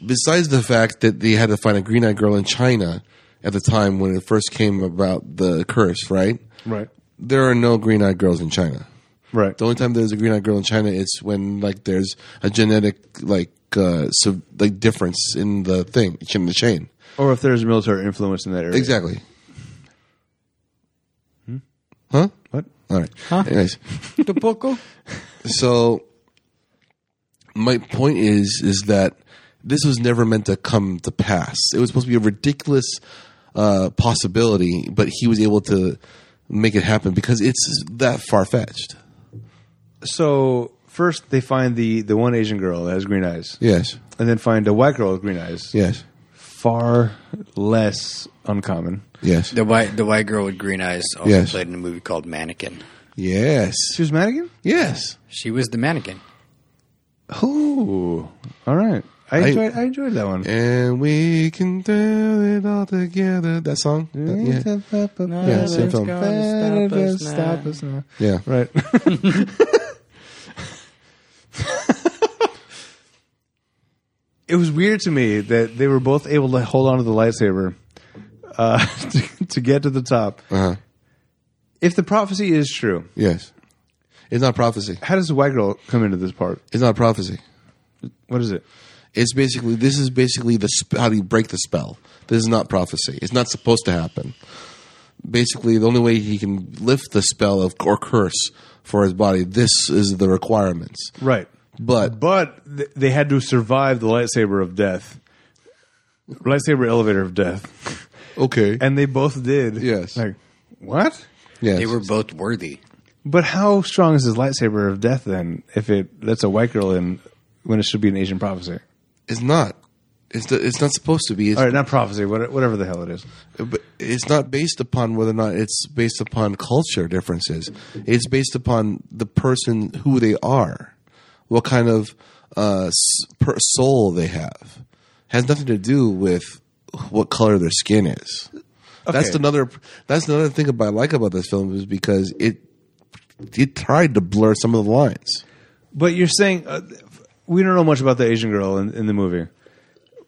[SPEAKER 2] besides the fact that they had to find a green-eyed girl in China at the time when it first came about the curse, right?
[SPEAKER 1] right.
[SPEAKER 2] There are no green-eyed girls in China.
[SPEAKER 1] Right.
[SPEAKER 2] The only time there's a green eyed girl in China is when like there's a genetic like uh so like difference in the thing in the chain.
[SPEAKER 1] Or if there's military influence in that area.
[SPEAKER 2] Exactly. Huh?
[SPEAKER 1] What?
[SPEAKER 2] All right. Anyways,
[SPEAKER 3] Tampoco?
[SPEAKER 2] so my point is is that this was never meant to come to pass. It was supposed to be a ridiculous uh, possibility, but he was able to make it happen because it's that far fetched.
[SPEAKER 1] So first they find the the one Asian girl that has green eyes,
[SPEAKER 2] Yes.
[SPEAKER 1] and then find a white girl with green eyes.
[SPEAKER 2] Yes.
[SPEAKER 1] Far less uncommon.
[SPEAKER 2] Yes.
[SPEAKER 3] The white the white girl with green eyes also
[SPEAKER 2] Yes.
[SPEAKER 3] played in a movie called Mannequin.
[SPEAKER 2] Yes.
[SPEAKER 1] She was Madigan.
[SPEAKER 2] Yes.
[SPEAKER 3] She was the mannequin.
[SPEAKER 1] Ooh, all right. I,
[SPEAKER 2] I-
[SPEAKER 1] enjoyed. I enjoyed that one.
[SPEAKER 2] And we can do it all together. That song?
[SPEAKER 1] Mm-hmm.
[SPEAKER 2] Yeah.
[SPEAKER 1] Yeah,
[SPEAKER 2] same film.
[SPEAKER 1] Stop us now.
[SPEAKER 2] Yeah.
[SPEAKER 1] Right. [laughs] it was weird to me that they were both able to hold on to the lightsaber uh, [laughs] to, to get to the top.
[SPEAKER 2] Uh-huh.
[SPEAKER 1] If the prophecy is true,
[SPEAKER 2] Yes. It's not prophecy.
[SPEAKER 1] how does the white girl come into this part?
[SPEAKER 2] It's not prophecy.
[SPEAKER 1] What is it?
[SPEAKER 2] It's basically this is basically the sp- how do you break the spell? This is not prophecy. It's not supposed to happen. Basically, the only way he can lift the spell of or curse for his body. This is the requirements.
[SPEAKER 1] Right.
[SPEAKER 2] But
[SPEAKER 1] But th- they had to survive the lightsaber of death, lightsaber elevator of death,
[SPEAKER 2] okay,
[SPEAKER 1] and they both did.
[SPEAKER 2] Yes.
[SPEAKER 1] Like what?
[SPEAKER 2] yes,
[SPEAKER 3] They were both worthy.
[SPEAKER 1] But how strong is his lightsaber of death then? If it that's a white girl in when it should be an Asian prophecy.
[SPEAKER 2] it's not. It's the, it's not supposed to be. It's,
[SPEAKER 1] All right, not prophecy, what- whatever the hell it is.
[SPEAKER 2] but it's not based upon whether or not it's based upon culture differences. It's based upon the person who they are, what kind of uh, s- per- soul they have. Has nothing to do with what color their skin is. That's
[SPEAKER 1] Okay.
[SPEAKER 2] another. That's another thing about I like about this film is because it it tried to blur some of the lines.
[SPEAKER 1] But you're saying uh, we don't know much about the Asian girl in, in the movie,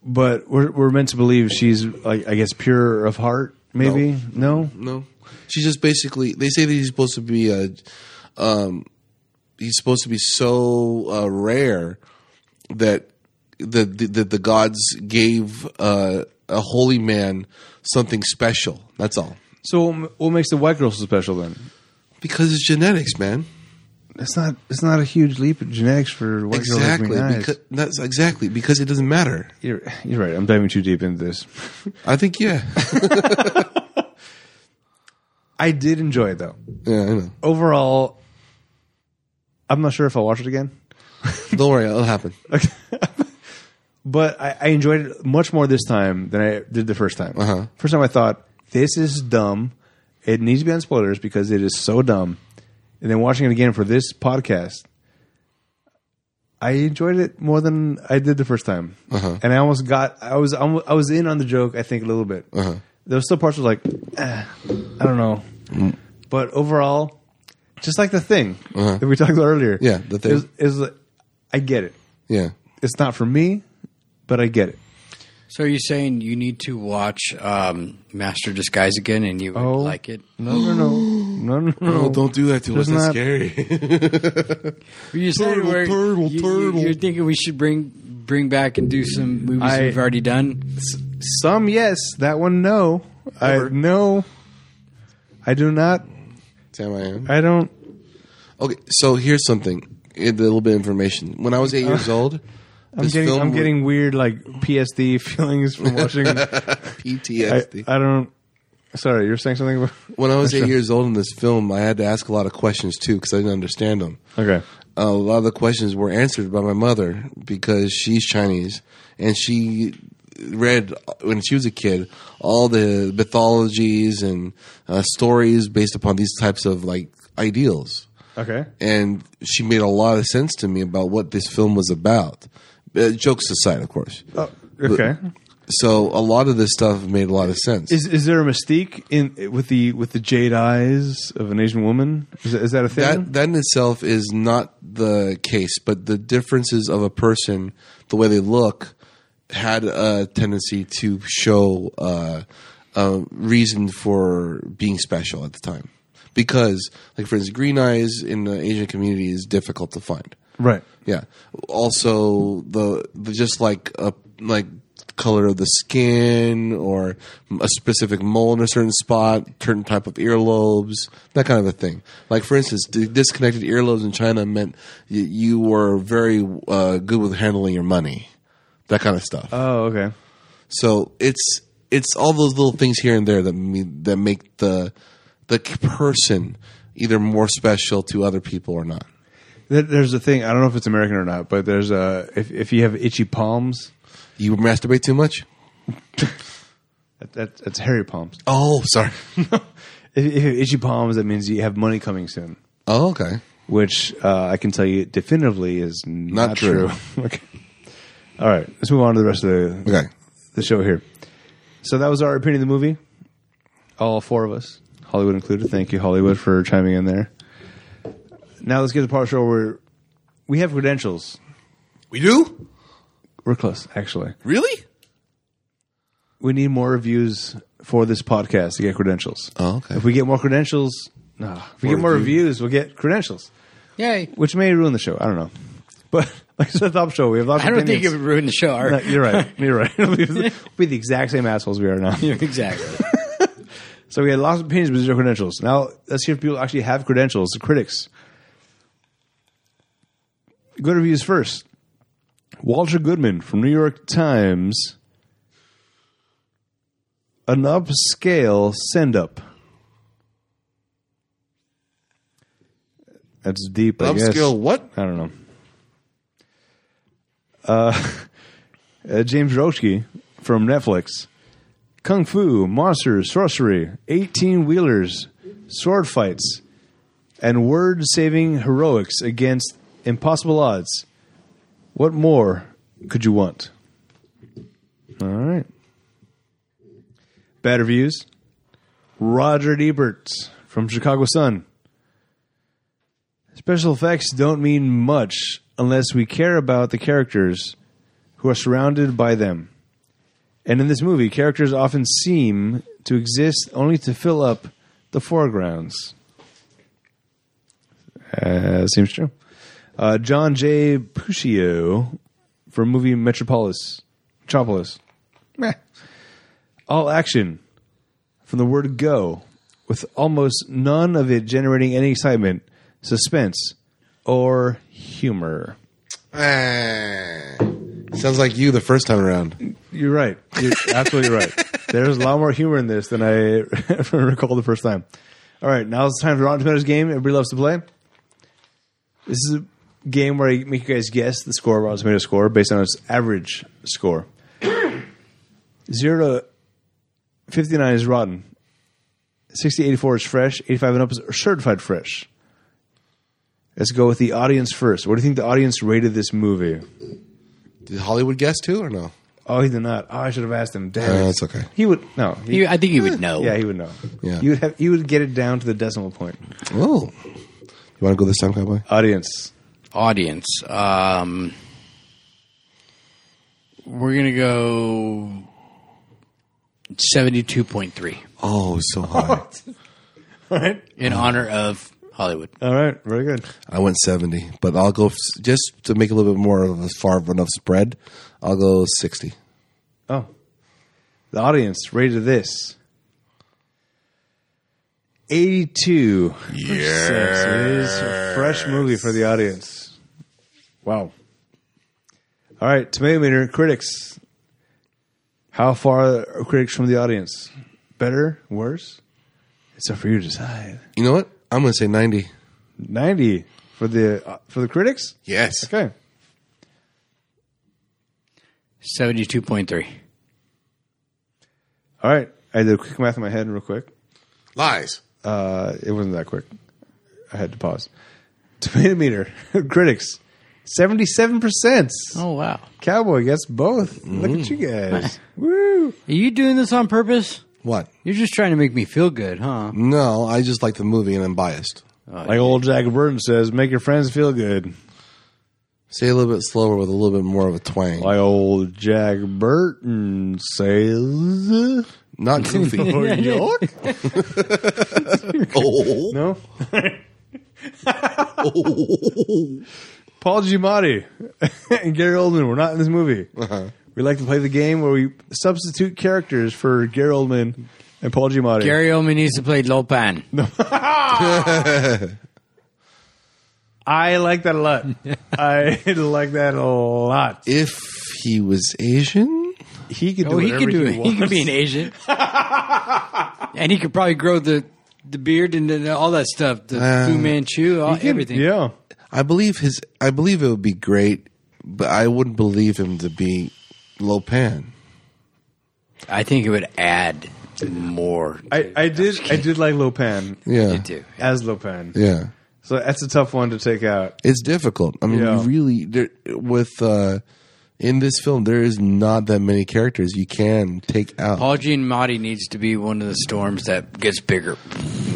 [SPEAKER 1] but we're we're meant to believe she's like I guess pure of heart. Maybe no.
[SPEAKER 2] No, she's just basically. They say that he's supposed to be a, um, he's supposed to be so uh, rare that the, the that the gods gave uh, a holy man something special. That's all
[SPEAKER 1] So what m- what makes the white girl so special then?
[SPEAKER 2] because it's genetics, man.
[SPEAKER 1] It's not. It's not a huge leap in genetics for white
[SPEAKER 2] Exactly.
[SPEAKER 1] girl with green eyes.
[SPEAKER 2] Because, that's exactly because it doesn't matter.
[SPEAKER 1] You're, you're right. I'm diving too deep into this.
[SPEAKER 2] I think yeah.
[SPEAKER 1] I did enjoy it though.
[SPEAKER 2] yeah, I know.
[SPEAKER 1] Overall, I'm not sure if I'll watch it again,
[SPEAKER 2] Don't worry, it'll happen.
[SPEAKER 1] but I, I enjoyed it much more this time than I did the first time.
[SPEAKER 2] Uh-huh.
[SPEAKER 1] First time I thought this is dumb. It needs to be on spoilers because it is so dumb. And then watching it again for this podcast, I enjoyed it more than I did the first time. Uh-huh. And I almost got I was almo- I was in on the joke. I think a little bit. Uh-huh. There was still parts of like eh, I don't know,
[SPEAKER 2] Mm.
[SPEAKER 1] but overall, just like the thing that we talked about earlier.
[SPEAKER 2] Uh-huh. Yeah, The Thing.
[SPEAKER 1] is, is like, I get it.
[SPEAKER 2] Yeah.
[SPEAKER 1] It's not for me, but I get it.
[SPEAKER 3] So you're saying you need to watch um, Master Disguise again and you would
[SPEAKER 1] Oh.
[SPEAKER 3] like it?
[SPEAKER 1] No, no, no, [gasps] no, no. no.
[SPEAKER 2] do that to
[SPEAKER 1] us. That's not-
[SPEAKER 2] scary. [laughs]
[SPEAKER 3] You said
[SPEAKER 2] Turtle,
[SPEAKER 3] we're-
[SPEAKER 2] turtle,
[SPEAKER 3] you,
[SPEAKER 2] turtle.
[SPEAKER 3] are thinking we should bring bring back and do some movies
[SPEAKER 1] I-
[SPEAKER 3] we've already done.
[SPEAKER 1] Some yes, that one no. I no. I do not.
[SPEAKER 2] Damn, I am.
[SPEAKER 1] I don't.
[SPEAKER 2] Okay, so here's something. A little bit of information. When I was eight years old,
[SPEAKER 1] [laughs] I'm getting. I'm getting weird like PSD [laughs] feelings from [laughs] watching. I,
[SPEAKER 2] PTSD.
[SPEAKER 1] I don't. Sorry, you're saying something. About,
[SPEAKER 2] when I was eight years old in this film, I had to ask a lot of questions too because I didn't understand them.
[SPEAKER 1] [laughs] okay.
[SPEAKER 2] A lot of the questions were answered by my mother because she's Chinese and she read when she was a kid all the mythologies and uh, stories based upon these types of like ideals.
[SPEAKER 1] Okay.
[SPEAKER 2] and she made a lot of sense to me about what this film was about. Uh, jokes aside, of course.
[SPEAKER 1] Oh, okay.
[SPEAKER 2] So a lot of this stuff made a lot of sense.
[SPEAKER 1] Is is there a mystique in with the with the jade eyes of an Asian woman? Is, that- is that a thing?
[SPEAKER 2] that that in itself is not the case, but the differences of a person, the way they look, had a tendency to show uh, a reason for being special at the time because, like for instance, green eyes in the Asian community is difficult to find.
[SPEAKER 1] Right.
[SPEAKER 2] Yeah. Also, the, the just like a like color of the skin or a specific mole in a certain spot, certain type of earlobes, that kind of a thing. Like for instance, the disconnected earlobes in China meant you, you were very uh, good with handling your money, that kind of stuff.
[SPEAKER 1] Oh, okay.
[SPEAKER 2] So it's it's all those little things here and there that mean, that make the the person either more special to other people or not.
[SPEAKER 1] There- There's a thing. I don't know if it's American or not, but there's a if if you have itchy palms,
[SPEAKER 2] You masturbate too much?
[SPEAKER 1] that, that, that's hairy palms.
[SPEAKER 2] Oh, sorry.
[SPEAKER 1] if, if you have itchy palms, that means you have money coming soon,
[SPEAKER 2] Oh, okay.
[SPEAKER 1] which uh, I can tell you definitively is not,
[SPEAKER 2] true.
[SPEAKER 1] [laughs] okay. All right, let's move on to the rest of the
[SPEAKER 2] Okay.
[SPEAKER 1] the show here. So that was our opinion of the movie, all four of us, Hollywood included. Thank you, Hollywood, for chiming in there. Now let's get to the part of the show where we have credentials.
[SPEAKER 2] We do?
[SPEAKER 1] We're close, actually.
[SPEAKER 2] Really?
[SPEAKER 1] We need more reviews for this podcast to get credentials.
[SPEAKER 2] Oh, okay.
[SPEAKER 1] If we get more credentials, no. If we
[SPEAKER 2] More
[SPEAKER 1] get more
[SPEAKER 2] reviews.
[SPEAKER 1] reviews, we'll get credentials.
[SPEAKER 3] Yay.
[SPEAKER 1] which may ruin the show. I don't know. [laughs] But like it's a top show. We have lots
[SPEAKER 3] I don't
[SPEAKER 1] of
[SPEAKER 3] think it
[SPEAKER 1] opinions.
[SPEAKER 3] would ruin the show.
[SPEAKER 1] [laughs]
[SPEAKER 3] Art.
[SPEAKER 1] No, you're
[SPEAKER 3] [laughs]
[SPEAKER 1] right. You're right. we'll be the we'll be the exact same assholes we are now.
[SPEAKER 3] Yeah, exactly.
[SPEAKER 1] So we had lots of opinions, but zero credentials. Now let's hear if people actually have credentials. The critics. Good reviews first. Walter Goodman from New York Times. An upscale send up. That's deep. I guess.
[SPEAKER 2] Upscale what?
[SPEAKER 1] I don't know. [laughs] Uh, uh, James Roschke from Netflix. Kung Fu, Monsters, Sorcery, 18 Wheelers, Sword Fights, and Word Saving Heroics against Impossible Odds. What more could you want? All right. Bad reviews. Roger Ebert from Chicago Sun. Special effects don't mean much unless we care about the characters who are surrounded by them. And in this movie, characters often seem to exist only to fill up the foregrounds. Uh, seems true. Uh, John J. Puccio from movie Metropolis. Metropolis. Meh. All action from the word go, with almost none of it generating any excitement, suspense, or humor.
[SPEAKER 2] Eh. Sounds like you the first time around.
[SPEAKER 1] You're right. You're absolutely right. There's a lot more humor in this than I [laughs] recall the first time. All right, now it's time for Rotten Tomatoes game. Everybody loves to play. This is a game where I make you guys guess the score of Rotten Tomatoes score based on its average score. [clears throat] Zero to fifty-nine is rotten. 60 84 is fresh. 85 and up is certified fresh. Let's go with the audience first. What do you think the audience rated this movie?
[SPEAKER 2] Did Hollywood guess too or no?
[SPEAKER 1] Oh, he did not. Oh, I should have asked him. Damn,
[SPEAKER 2] Uh,
[SPEAKER 1] it.
[SPEAKER 2] that's okay.
[SPEAKER 1] He would no. He,
[SPEAKER 3] You- I think you would know.
[SPEAKER 1] yeah, he would know.
[SPEAKER 2] Yeah.
[SPEAKER 1] he would have. He would get it down to the decimal point.
[SPEAKER 2] Oh. You want to go this time, Cowboy?
[SPEAKER 1] Audience,
[SPEAKER 3] Audience. Um, we're gonna go seventy-two point three
[SPEAKER 2] Oh, so high.
[SPEAKER 1] all right,
[SPEAKER 3] in honor of Hollywood.
[SPEAKER 1] all right, very good.
[SPEAKER 2] I went 70, but I'll go f- just to make a little bit more of a far of enough spread. I'll go 60.
[SPEAKER 1] Oh, the audience rated this eighty-two. Yeah, it is a fresh movie for the audience. Wow. All right, tomato meter critics. How far are critics from the audience? Better, worse? It's up for you to decide.
[SPEAKER 2] You know what? I'm going to say 90.
[SPEAKER 1] 90 for the uh, for the critics
[SPEAKER 2] Yes.
[SPEAKER 1] okay
[SPEAKER 3] Seventy-two point three.
[SPEAKER 1] all right i did a quick math in my head real quick
[SPEAKER 2] Lies.
[SPEAKER 1] uh, it wasn't that quick i had to pause [laughs] tomato meter [laughs] critics 77%
[SPEAKER 3] Oh wow!
[SPEAKER 1] cowboy gets both look at you guys woo
[SPEAKER 3] Are you doing this on purpose?
[SPEAKER 2] What?
[SPEAKER 3] You're just trying to make me feel good, huh?
[SPEAKER 2] No, I just like the movie and I'm biased.
[SPEAKER 1] like old jack burton says make your friends feel good
[SPEAKER 2] Say a little bit slower with a little bit more of a twang.
[SPEAKER 1] like old jack burton says
[SPEAKER 2] Not Goofy.
[SPEAKER 1] York? [laughs]
[SPEAKER 2] oh.
[SPEAKER 1] No. Oh. Paul Giamatti and Gary Oldman were not in this movie. We like to play the game where we substitute characters for Gary Oldman and Paul Giamatti.
[SPEAKER 3] Gary Oldman needs to play
[SPEAKER 1] [laughs]
[SPEAKER 3] Lopan.
[SPEAKER 1] I like that a [laughs] lot. I like that a lot.
[SPEAKER 2] If he was Asian,
[SPEAKER 1] He could do
[SPEAKER 3] Oh, he
[SPEAKER 1] whatever
[SPEAKER 3] could do it. He
[SPEAKER 1] wants.
[SPEAKER 3] could be
[SPEAKER 1] [laughs]
[SPEAKER 3] an Asian, and he could probably grow the the beard and the, all that stuff. The
[SPEAKER 2] Uh,
[SPEAKER 3] Fu Manchu, all,
[SPEAKER 1] He can-
[SPEAKER 3] everything.
[SPEAKER 1] Yeah.
[SPEAKER 2] I believe his. I believe it would be great, but I wouldn't believe him to be Lopan.
[SPEAKER 3] I think it would add more.
[SPEAKER 1] I, I did I did like Lopan
[SPEAKER 2] Yeah,
[SPEAKER 3] It do.
[SPEAKER 1] as Lopan.
[SPEAKER 2] yeah.
[SPEAKER 1] So that's a tough one to take out.
[SPEAKER 2] It's difficult. I mean,
[SPEAKER 1] Yeah.
[SPEAKER 2] you really there, with uh, in this film, there is not that many characters you can take out.
[SPEAKER 3] Paul Giamatti needs to be one of the storms that gets bigger.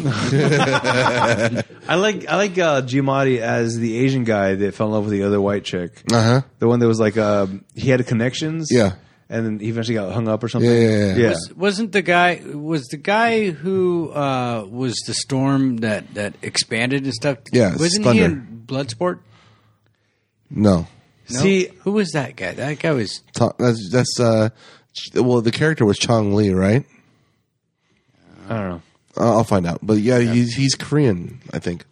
[SPEAKER 1] I like I like uh, Giamatti as the Asian guy that fell in love with the other white chick.
[SPEAKER 2] Uh huh.
[SPEAKER 1] The one that was like um, he had connections.
[SPEAKER 2] Yeah.
[SPEAKER 1] And then he eventually got hung up or something.
[SPEAKER 2] Yeah, yeah, yeah.
[SPEAKER 3] Wasn't the guy was the guy who uh, was the storm that that expanded and stuff?
[SPEAKER 2] Yeah,
[SPEAKER 3] wasn't he
[SPEAKER 2] Thunder.
[SPEAKER 3] in Bloodsport?
[SPEAKER 2] No.
[SPEAKER 3] No?
[SPEAKER 1] See,
[SPEAKER 3] who was that guy? That guy was
[SPEAKER 2] Ta- That's that's uh, Ch- well, the character was Chong Lee, right?
[SPEAKER 1] I don't know.
[SPEAKER 2] Uh, I'll find out. But yeah, He's, he's Korean, I think.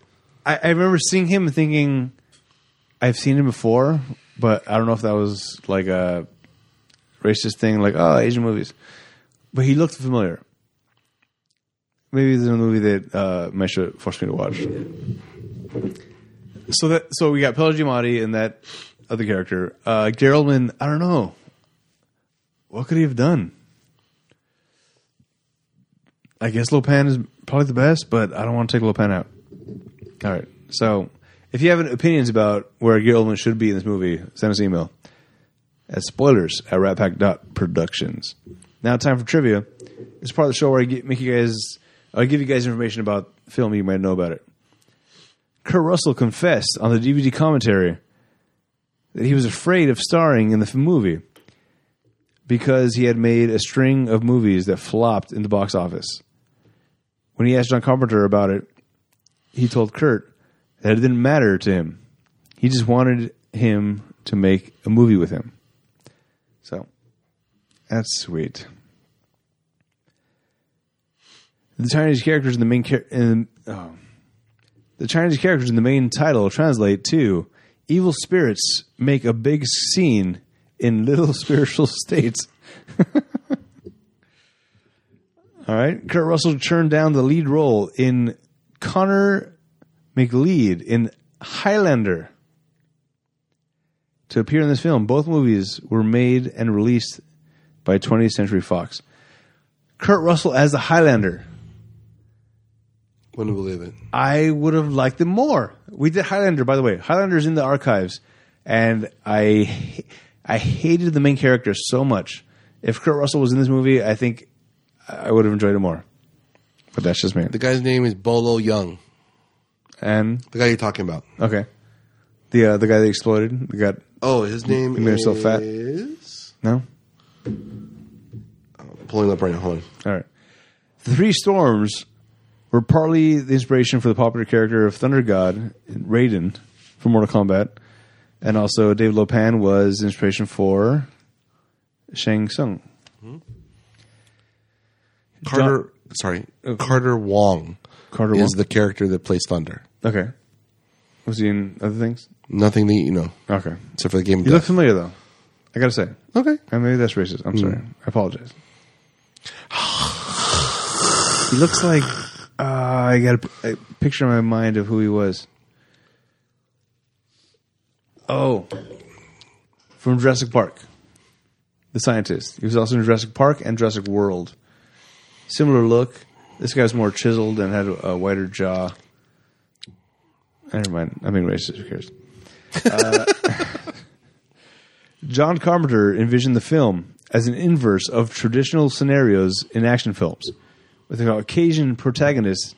[SPEAKER 1] I, I remember seeing him and thinking, I've seen him before, but I don't know if that was like a racist thing, like oh Asian movies. But he looked familiar. Maybe it's a movie that uh, Mesha forced me to watch. So that so we got Paul Giamatti and that other character, uh, Gary Oldman. I don't know what could he have done. I guess Lopan is probably the best, but I don't want to take Lopan out. All right. So if you have any opinions about where Gilman should be in this movie, send us an email at spoilers at ratpack.productions. Now, time for trivia. It's part of the show where I gi- make you guys, I give you guys information about the film you might know about it. Kurt Russell confessed on the DVD commentary that he was afraid of starring in the f- movie because he had made a string of movies that flopped in the box office. When he asked John Carpenter about it, he told Kurt that it didn't matter to him. He just wanted him to make a movie with him. So that's sweet. The Chinese characters in the main char- in, oh. the Chinese characters in the main title translate to "evil spirits make a big scene in little [laughs] spiritual states." All right. Kurt Russell turned down the lead role in Connor McLeod in Highlander to appear in this film. Both movies were made and released by 20th Century Fox. Kurt Russell as the Highlander.
[SPEAKER 2] Wouldn't believe it.
[SPEAKER 1] I would have liked them more. We did Highlander, by the way. Highlander's in the archives, and I ha- I hated the main character so much. If Kurt Russell was in this movie, I think I would have enjoyed it more. But that's just me.
[SPEAKER 2] The guy's name is Bolo Young.
[SPEAKER 1] And
[SPEAKER 2] The guy you're talking about.
[SPEAKER 1] okay, the uh, the guy that exploded, the guy.
[SPEAKER 2] Oh, his name
[SPEAKER 1] made
[SPEAKER 2] is.
[SPEAKER 1] himself fat. No,
[SPEAKER 2] I'm pulling it up right now. Hold on.
[SPEAKER 1] All right. The Three Storms were partly the inspiration for the popular character of Thunder God, Raiden, from Mortal Kombat. And also, David Lopan was the inspiration for Shang Tsung.
[SPEAKER 2] Carter. Sorry, Carter Wong
[SPEAKER 1] Carter
[SPEAKER 2] is
[SPEAKER 1] Wong.
[SPEAKER 2] the character that plays Thunder.
[SPEAKER 1] Okay. Was he in other things?
[SPEAKER 2] Nothing that you know,
[SPEAKER 1] Okay.
[SPEAKER 2] except for the game. of
[SPEAKER 1] You look
[SPEAKER 2] Death.
[SPEAKER 1] familiar, though. I got to say.
[SPEAKER 2] Okay.
[SPEAKER 1] And Uh, maybe that's racist. I'm sorry. I apologize. [sighs] he looks like. Uh, I got a, a picture in my mind of who he was. Oh. From Jurassic Park. The scientist. He was also in Jurassic Park and Jurassic World. Similar look. This guy's more chiseled and had a, a wider jaw. Never mind. I mean, racist. Who cares? John Carpenter envisioned the film as an inverse of traditional scenarios in action films, with a Caucasian protagonist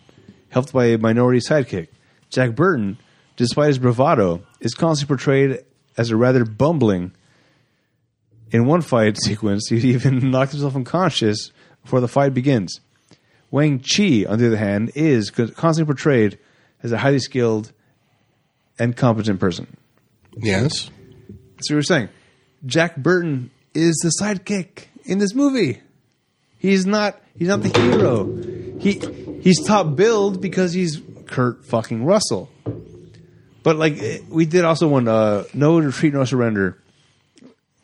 [SPEAKER 1] helped by a minority sidekick. Jack Burton, despite his bravado, is constantly portrayed as a rather [laughs] bumbling. In one fight sequence, he even knocked himself unconscious before the fight begins. Wang Chi, on the other hand, is co- constantly portrayed as a highly skilled and competent person.
[SPEAKER 2] Yes.
[SPEAKER 1] That's what we were saying. Jack Burton is the sidekick in this movie. He's not. He's not the hero. He he's top billed because he's Kurt fucking Russell. But like eh, we did also one uh, no retreat no surrender.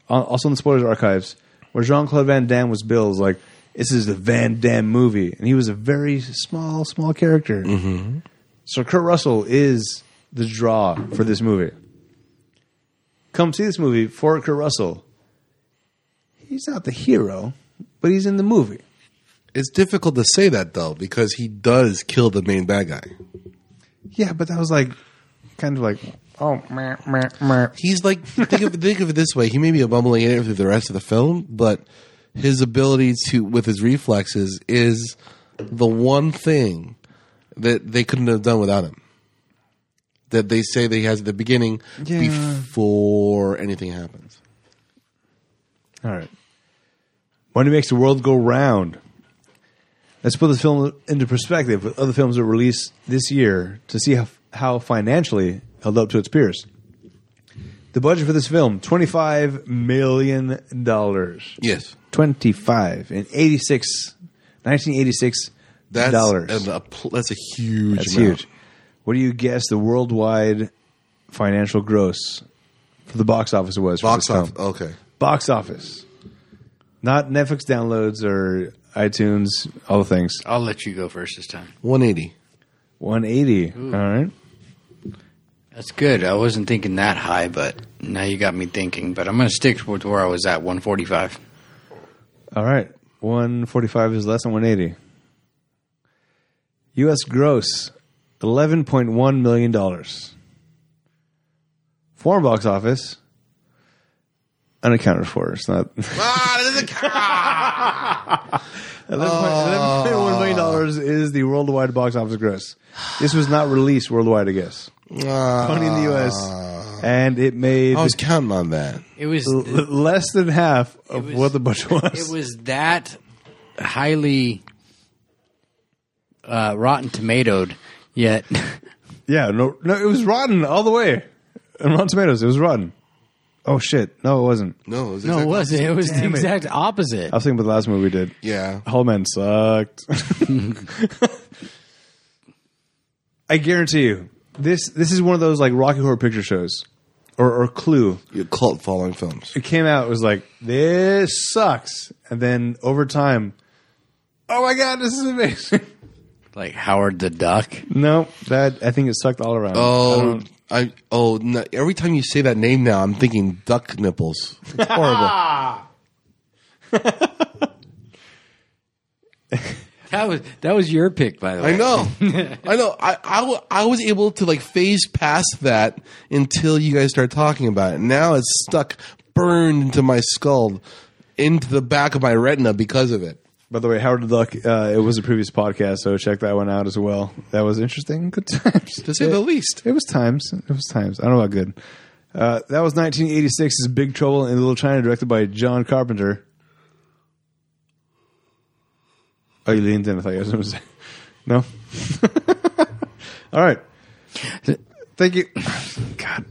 [SPEAKER 1] Al- Also in the spoilers archives, where Jean Claude Van Damme was billed as like this is the Van Damme movie, and he was a very small small character. So Kurt Russell is the draw for this movie. Come see this movie for Kurt Russell. He's not the hero, but he's in the movie.
[SPEAKER 2] It's difficult to say that though because he does kill the main bad guy.
[SPEAKER 1] Yeah, but that was like kind of like
[SPEAKER 4] Oh, meh, meh, meh.
[SPEAKER 2] He's like think of think of it this way. He may be a bumbling idiot through the rest of the film, but his ability to with his reflexes is the one thing that they couldn't have done without him. That they say that he has at the beginning
[SPEAKER 1] Yeah.
[SPEAKER 2] before anything happens.
[SPEAKER 1] all right. Money makes the world go round. Let's put this film into perspective with other films that were released this year to see how, how financially held up to its peers. The budget for this film twenty five million dollars.
[SPEAKER 2] Yes.
[SPEAKER 1] 25 and 86 1986
[SPEAKER 2] That's
[SPEAKER 1] dollars
[SPEAKER 2] and a pl- that's a huge
[SPEAKER 1] that's
[SPEAKER 2] amount.
[SPEAKER 1] huge what do you guess the worldwide financial gross for the box office was for this
[SPEAKER 2] Box
[SPEAKER 1] film?
[SPEAKER 2] office. Okay.
[SPEAKER 1] box office not netflix downloads or itunes all the things
[SPEAKER 3] I'll let you go first this time.
[SPEAKER 2] 180.
[SPEAKER 1] 180 all right
[SPEAKER 3] That's good. I wasn't thinking that high, but now you got me thinking. But I'm going to stick with where I was at 145.
[SPEAKER 1] all right 145 is less than 180 us gross 11.1 million dollars foreign box office unaccounted for it's not
[SPEAKER 2] Ah, that doesn't count.
[SPEAKER 1] [laughs] $11.1 million dollars is the worldwide box office gross. This was not released worldwide, I guess.
[SPEAKER 2] Ah.
[SPEAKER 1] Only in the US. And it made
[SPEAKER 2] I was counting on that.
[SPEAKER 3] Ah. Oh, It was
[SPEAKER 1] l- less than half of
[SPEAKER 3] was-
[SPEAKER 1] what the budget was.
[SPEAKER 3] [laughs] it was that highly uh, rotten tomatoed, yet [laughs]
[SPEAKER 1] yeah, no, no, it was rotten all the way. And Rotten Tomatoes, it was rotten. Oh, shit. No, it wasn't.
[SPEAKER 2] No, it was
[SPEAKER 3] no, it
[SPEAKER 2] exactly-
[SPEAKER 3] wasn't. It was the
[SPEAKER 1] Damn it. Uh,
[SPEAKER 3] exact opposite.
[SPEAKER 1] I was thinking about the last movie we did.
[SPEAKER 2] Yeah.
[SPEAKER 1] Whole Man sucked. I guarantee you, this this is one of those like Rocky Horror Picture Shows or, or Clue.
[SPEAKER 2] Your cult following films.
[SPEAKER 1] it came out it was like this sucks and then over time oh my god this is amazing [laughs]
[SPEAKER 3] Like Howard the Duck.
[SPEAKER 1] no that i think it sucked all around I
[SPEAKER 2] Oh,
[SPEAKER 1] don't-
[SPEAKER 2] I, oh! No, every time you say that name now, I'm thinking duck nipples.
[SPEAKER 1] it's horrible
[SPEAKER 3] That was that was your pick, by the way.
[SPEAKER 2] I know, I know. I, I, wa- I was able to like phase past that until you guys started talking about it. Now it's stuck, burned into my skull, into the back of my retina because of it.
[SPEAKER 1] by the way howard the duck uh, it was a previous podcast so check that one out as well that was interesting good times
[SPEAKER 2] To say the least.
[SPEAKER 1] it was times it was times i don't know about good uh, that was 1986's big trouble in little china directed by john carpenter oh you leaned in i thought you were going to say no [laughs] all right Thank you. God.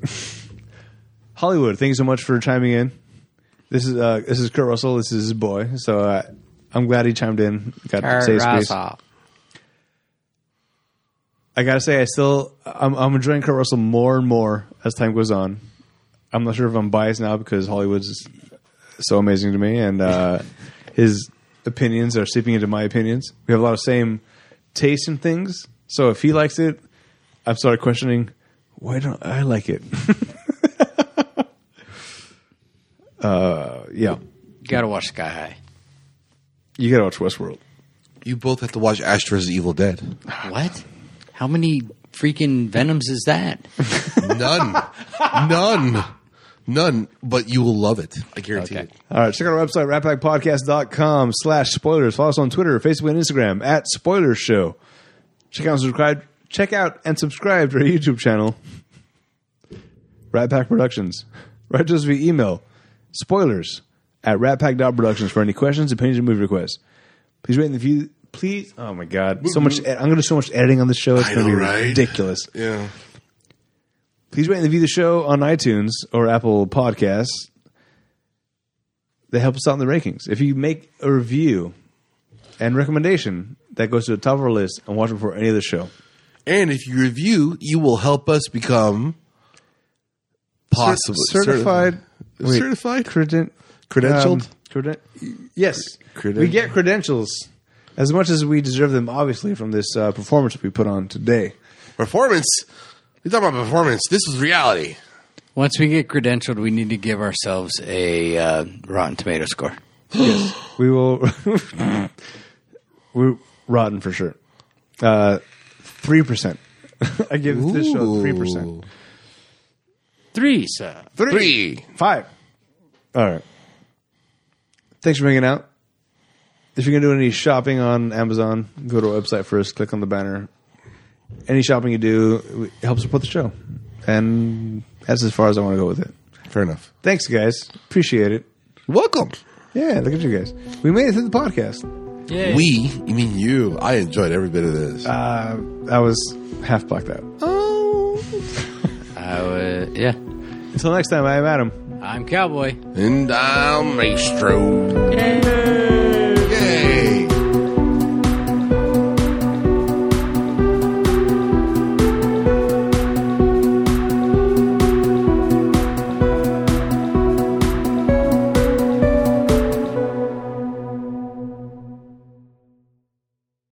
[SPEAKER 1] Hollywood, thank you so much for chiming in. This is uh, this is Kurt Russell. This is his boy. So uh, I'm glad he chimed in. Got to say his piece. I gotta say, I still I'm, I'm enjoying Kurt Russell more and more as time goes on. I'm not sure if I'm biased now because Hollywood's so amazing to me, and uh, [laughs] his opinions are seeping into my opinions. We have a lot of same taste in things, so if he likes it, I've started questioning why don't I like it. [laughs] uh, yeah,
[SPEAKER 3] You gotta watch Sky High.
[SPEAKER 1] you gotta watch Westworld.
[SPEAKER 2] You both have to watch Ash vs. Evil Dead.
[SPEAKER 3] What? How many freaking Venoms is that?
[SPEAKER 2] None, [laughs] none, none. But you will love it. I guarantee
[SPEAKER 3] Okay.
[SPEAKER 2] it.
[SPEAKER 1] All right, check out our website, ratpackpodcast.com slash spoilers. Follow us on Twitter, Facebook, and Instagram at Spoilers Show. Check out and subscribe check out and subscribe to our YouTube channel. Rat Pack Productions. Write to us via email. Spoilers at ratpack.productions for any questions, opinions, and movie requests. Please rate and review. Please. Oh my god, so much. Ed- I'm going to do so much editing on this show. It's
[SPEAKER 2] I
[SPEAKER 1] going to
[SPEAKER 2] know,
[SPEAKER 1] be
[SPEAKER 2] right?
[SPEAKER 1] ridiculous.
[SPEAKER 2] Yeah.
[SPEAKER 1] Please rate and review the show on iTunes or Apple Podcasts. They help us out in the rankings. If you make a review and recommendation, that goes to the top of our list and watch it before any other show.
[SPEAKER 2] And if you review, you will help us become possibly
[SPEAKER 1] Cer- certified, wait,
[SPEAKER 2] certified,
[SPEAKER 1] creden-
[SPEAKER 2] credentialed.
[SPEAKER 1] um, creden- yes,
[SPEAKER 2] Creden-
[SPEAKER 1] we get credentials as much as we deserve them. Obviously, from this uh, performance we put on today.
[SPEAKER 2] performance. We talk about performance. This is reality.
[SPEAKER 3] Once we get credentialed, we need to give ourselves a uh, Rotten Tomato score.
[SPEAKER 1] We will. [laughs] we're rotten for sure. Uh, Three percent. [laughs] I give this show three percent.
[SPEAKER 3] Three, sir.
[SPEAKER 2] Three.
[SPEAKER 1] Five. All right. Thanks for hanging out. If you're gonna do any shopping on Amazon, go to our website first. Click on the banner. Any shopping you do it helps support the show, and that's as far as I want to go with it.
[SPEAKER 2] Fair enough.
[SPEAKER 1] Thanks, guys. Appreciate it.
[SPEAKER 2] Welcome.
[SPEAKER 1] Yeah, look at you guys. We made it through the podcast.
[SPEAKER 3] Yay.
[SPEAKER 2] We, you mean you? I enjoyed every bit of this.
[SPEAKER 1] Uh, I was half blacked out.
[SPEAKER 3] I would, yeah.
[SPEAKER 1] Until next time, I am Adam.
[SPEAKER 3] I'm Cowboy.
[SPEAKER 2] and I'm Maestro.
[SPEAKER 3] Yay.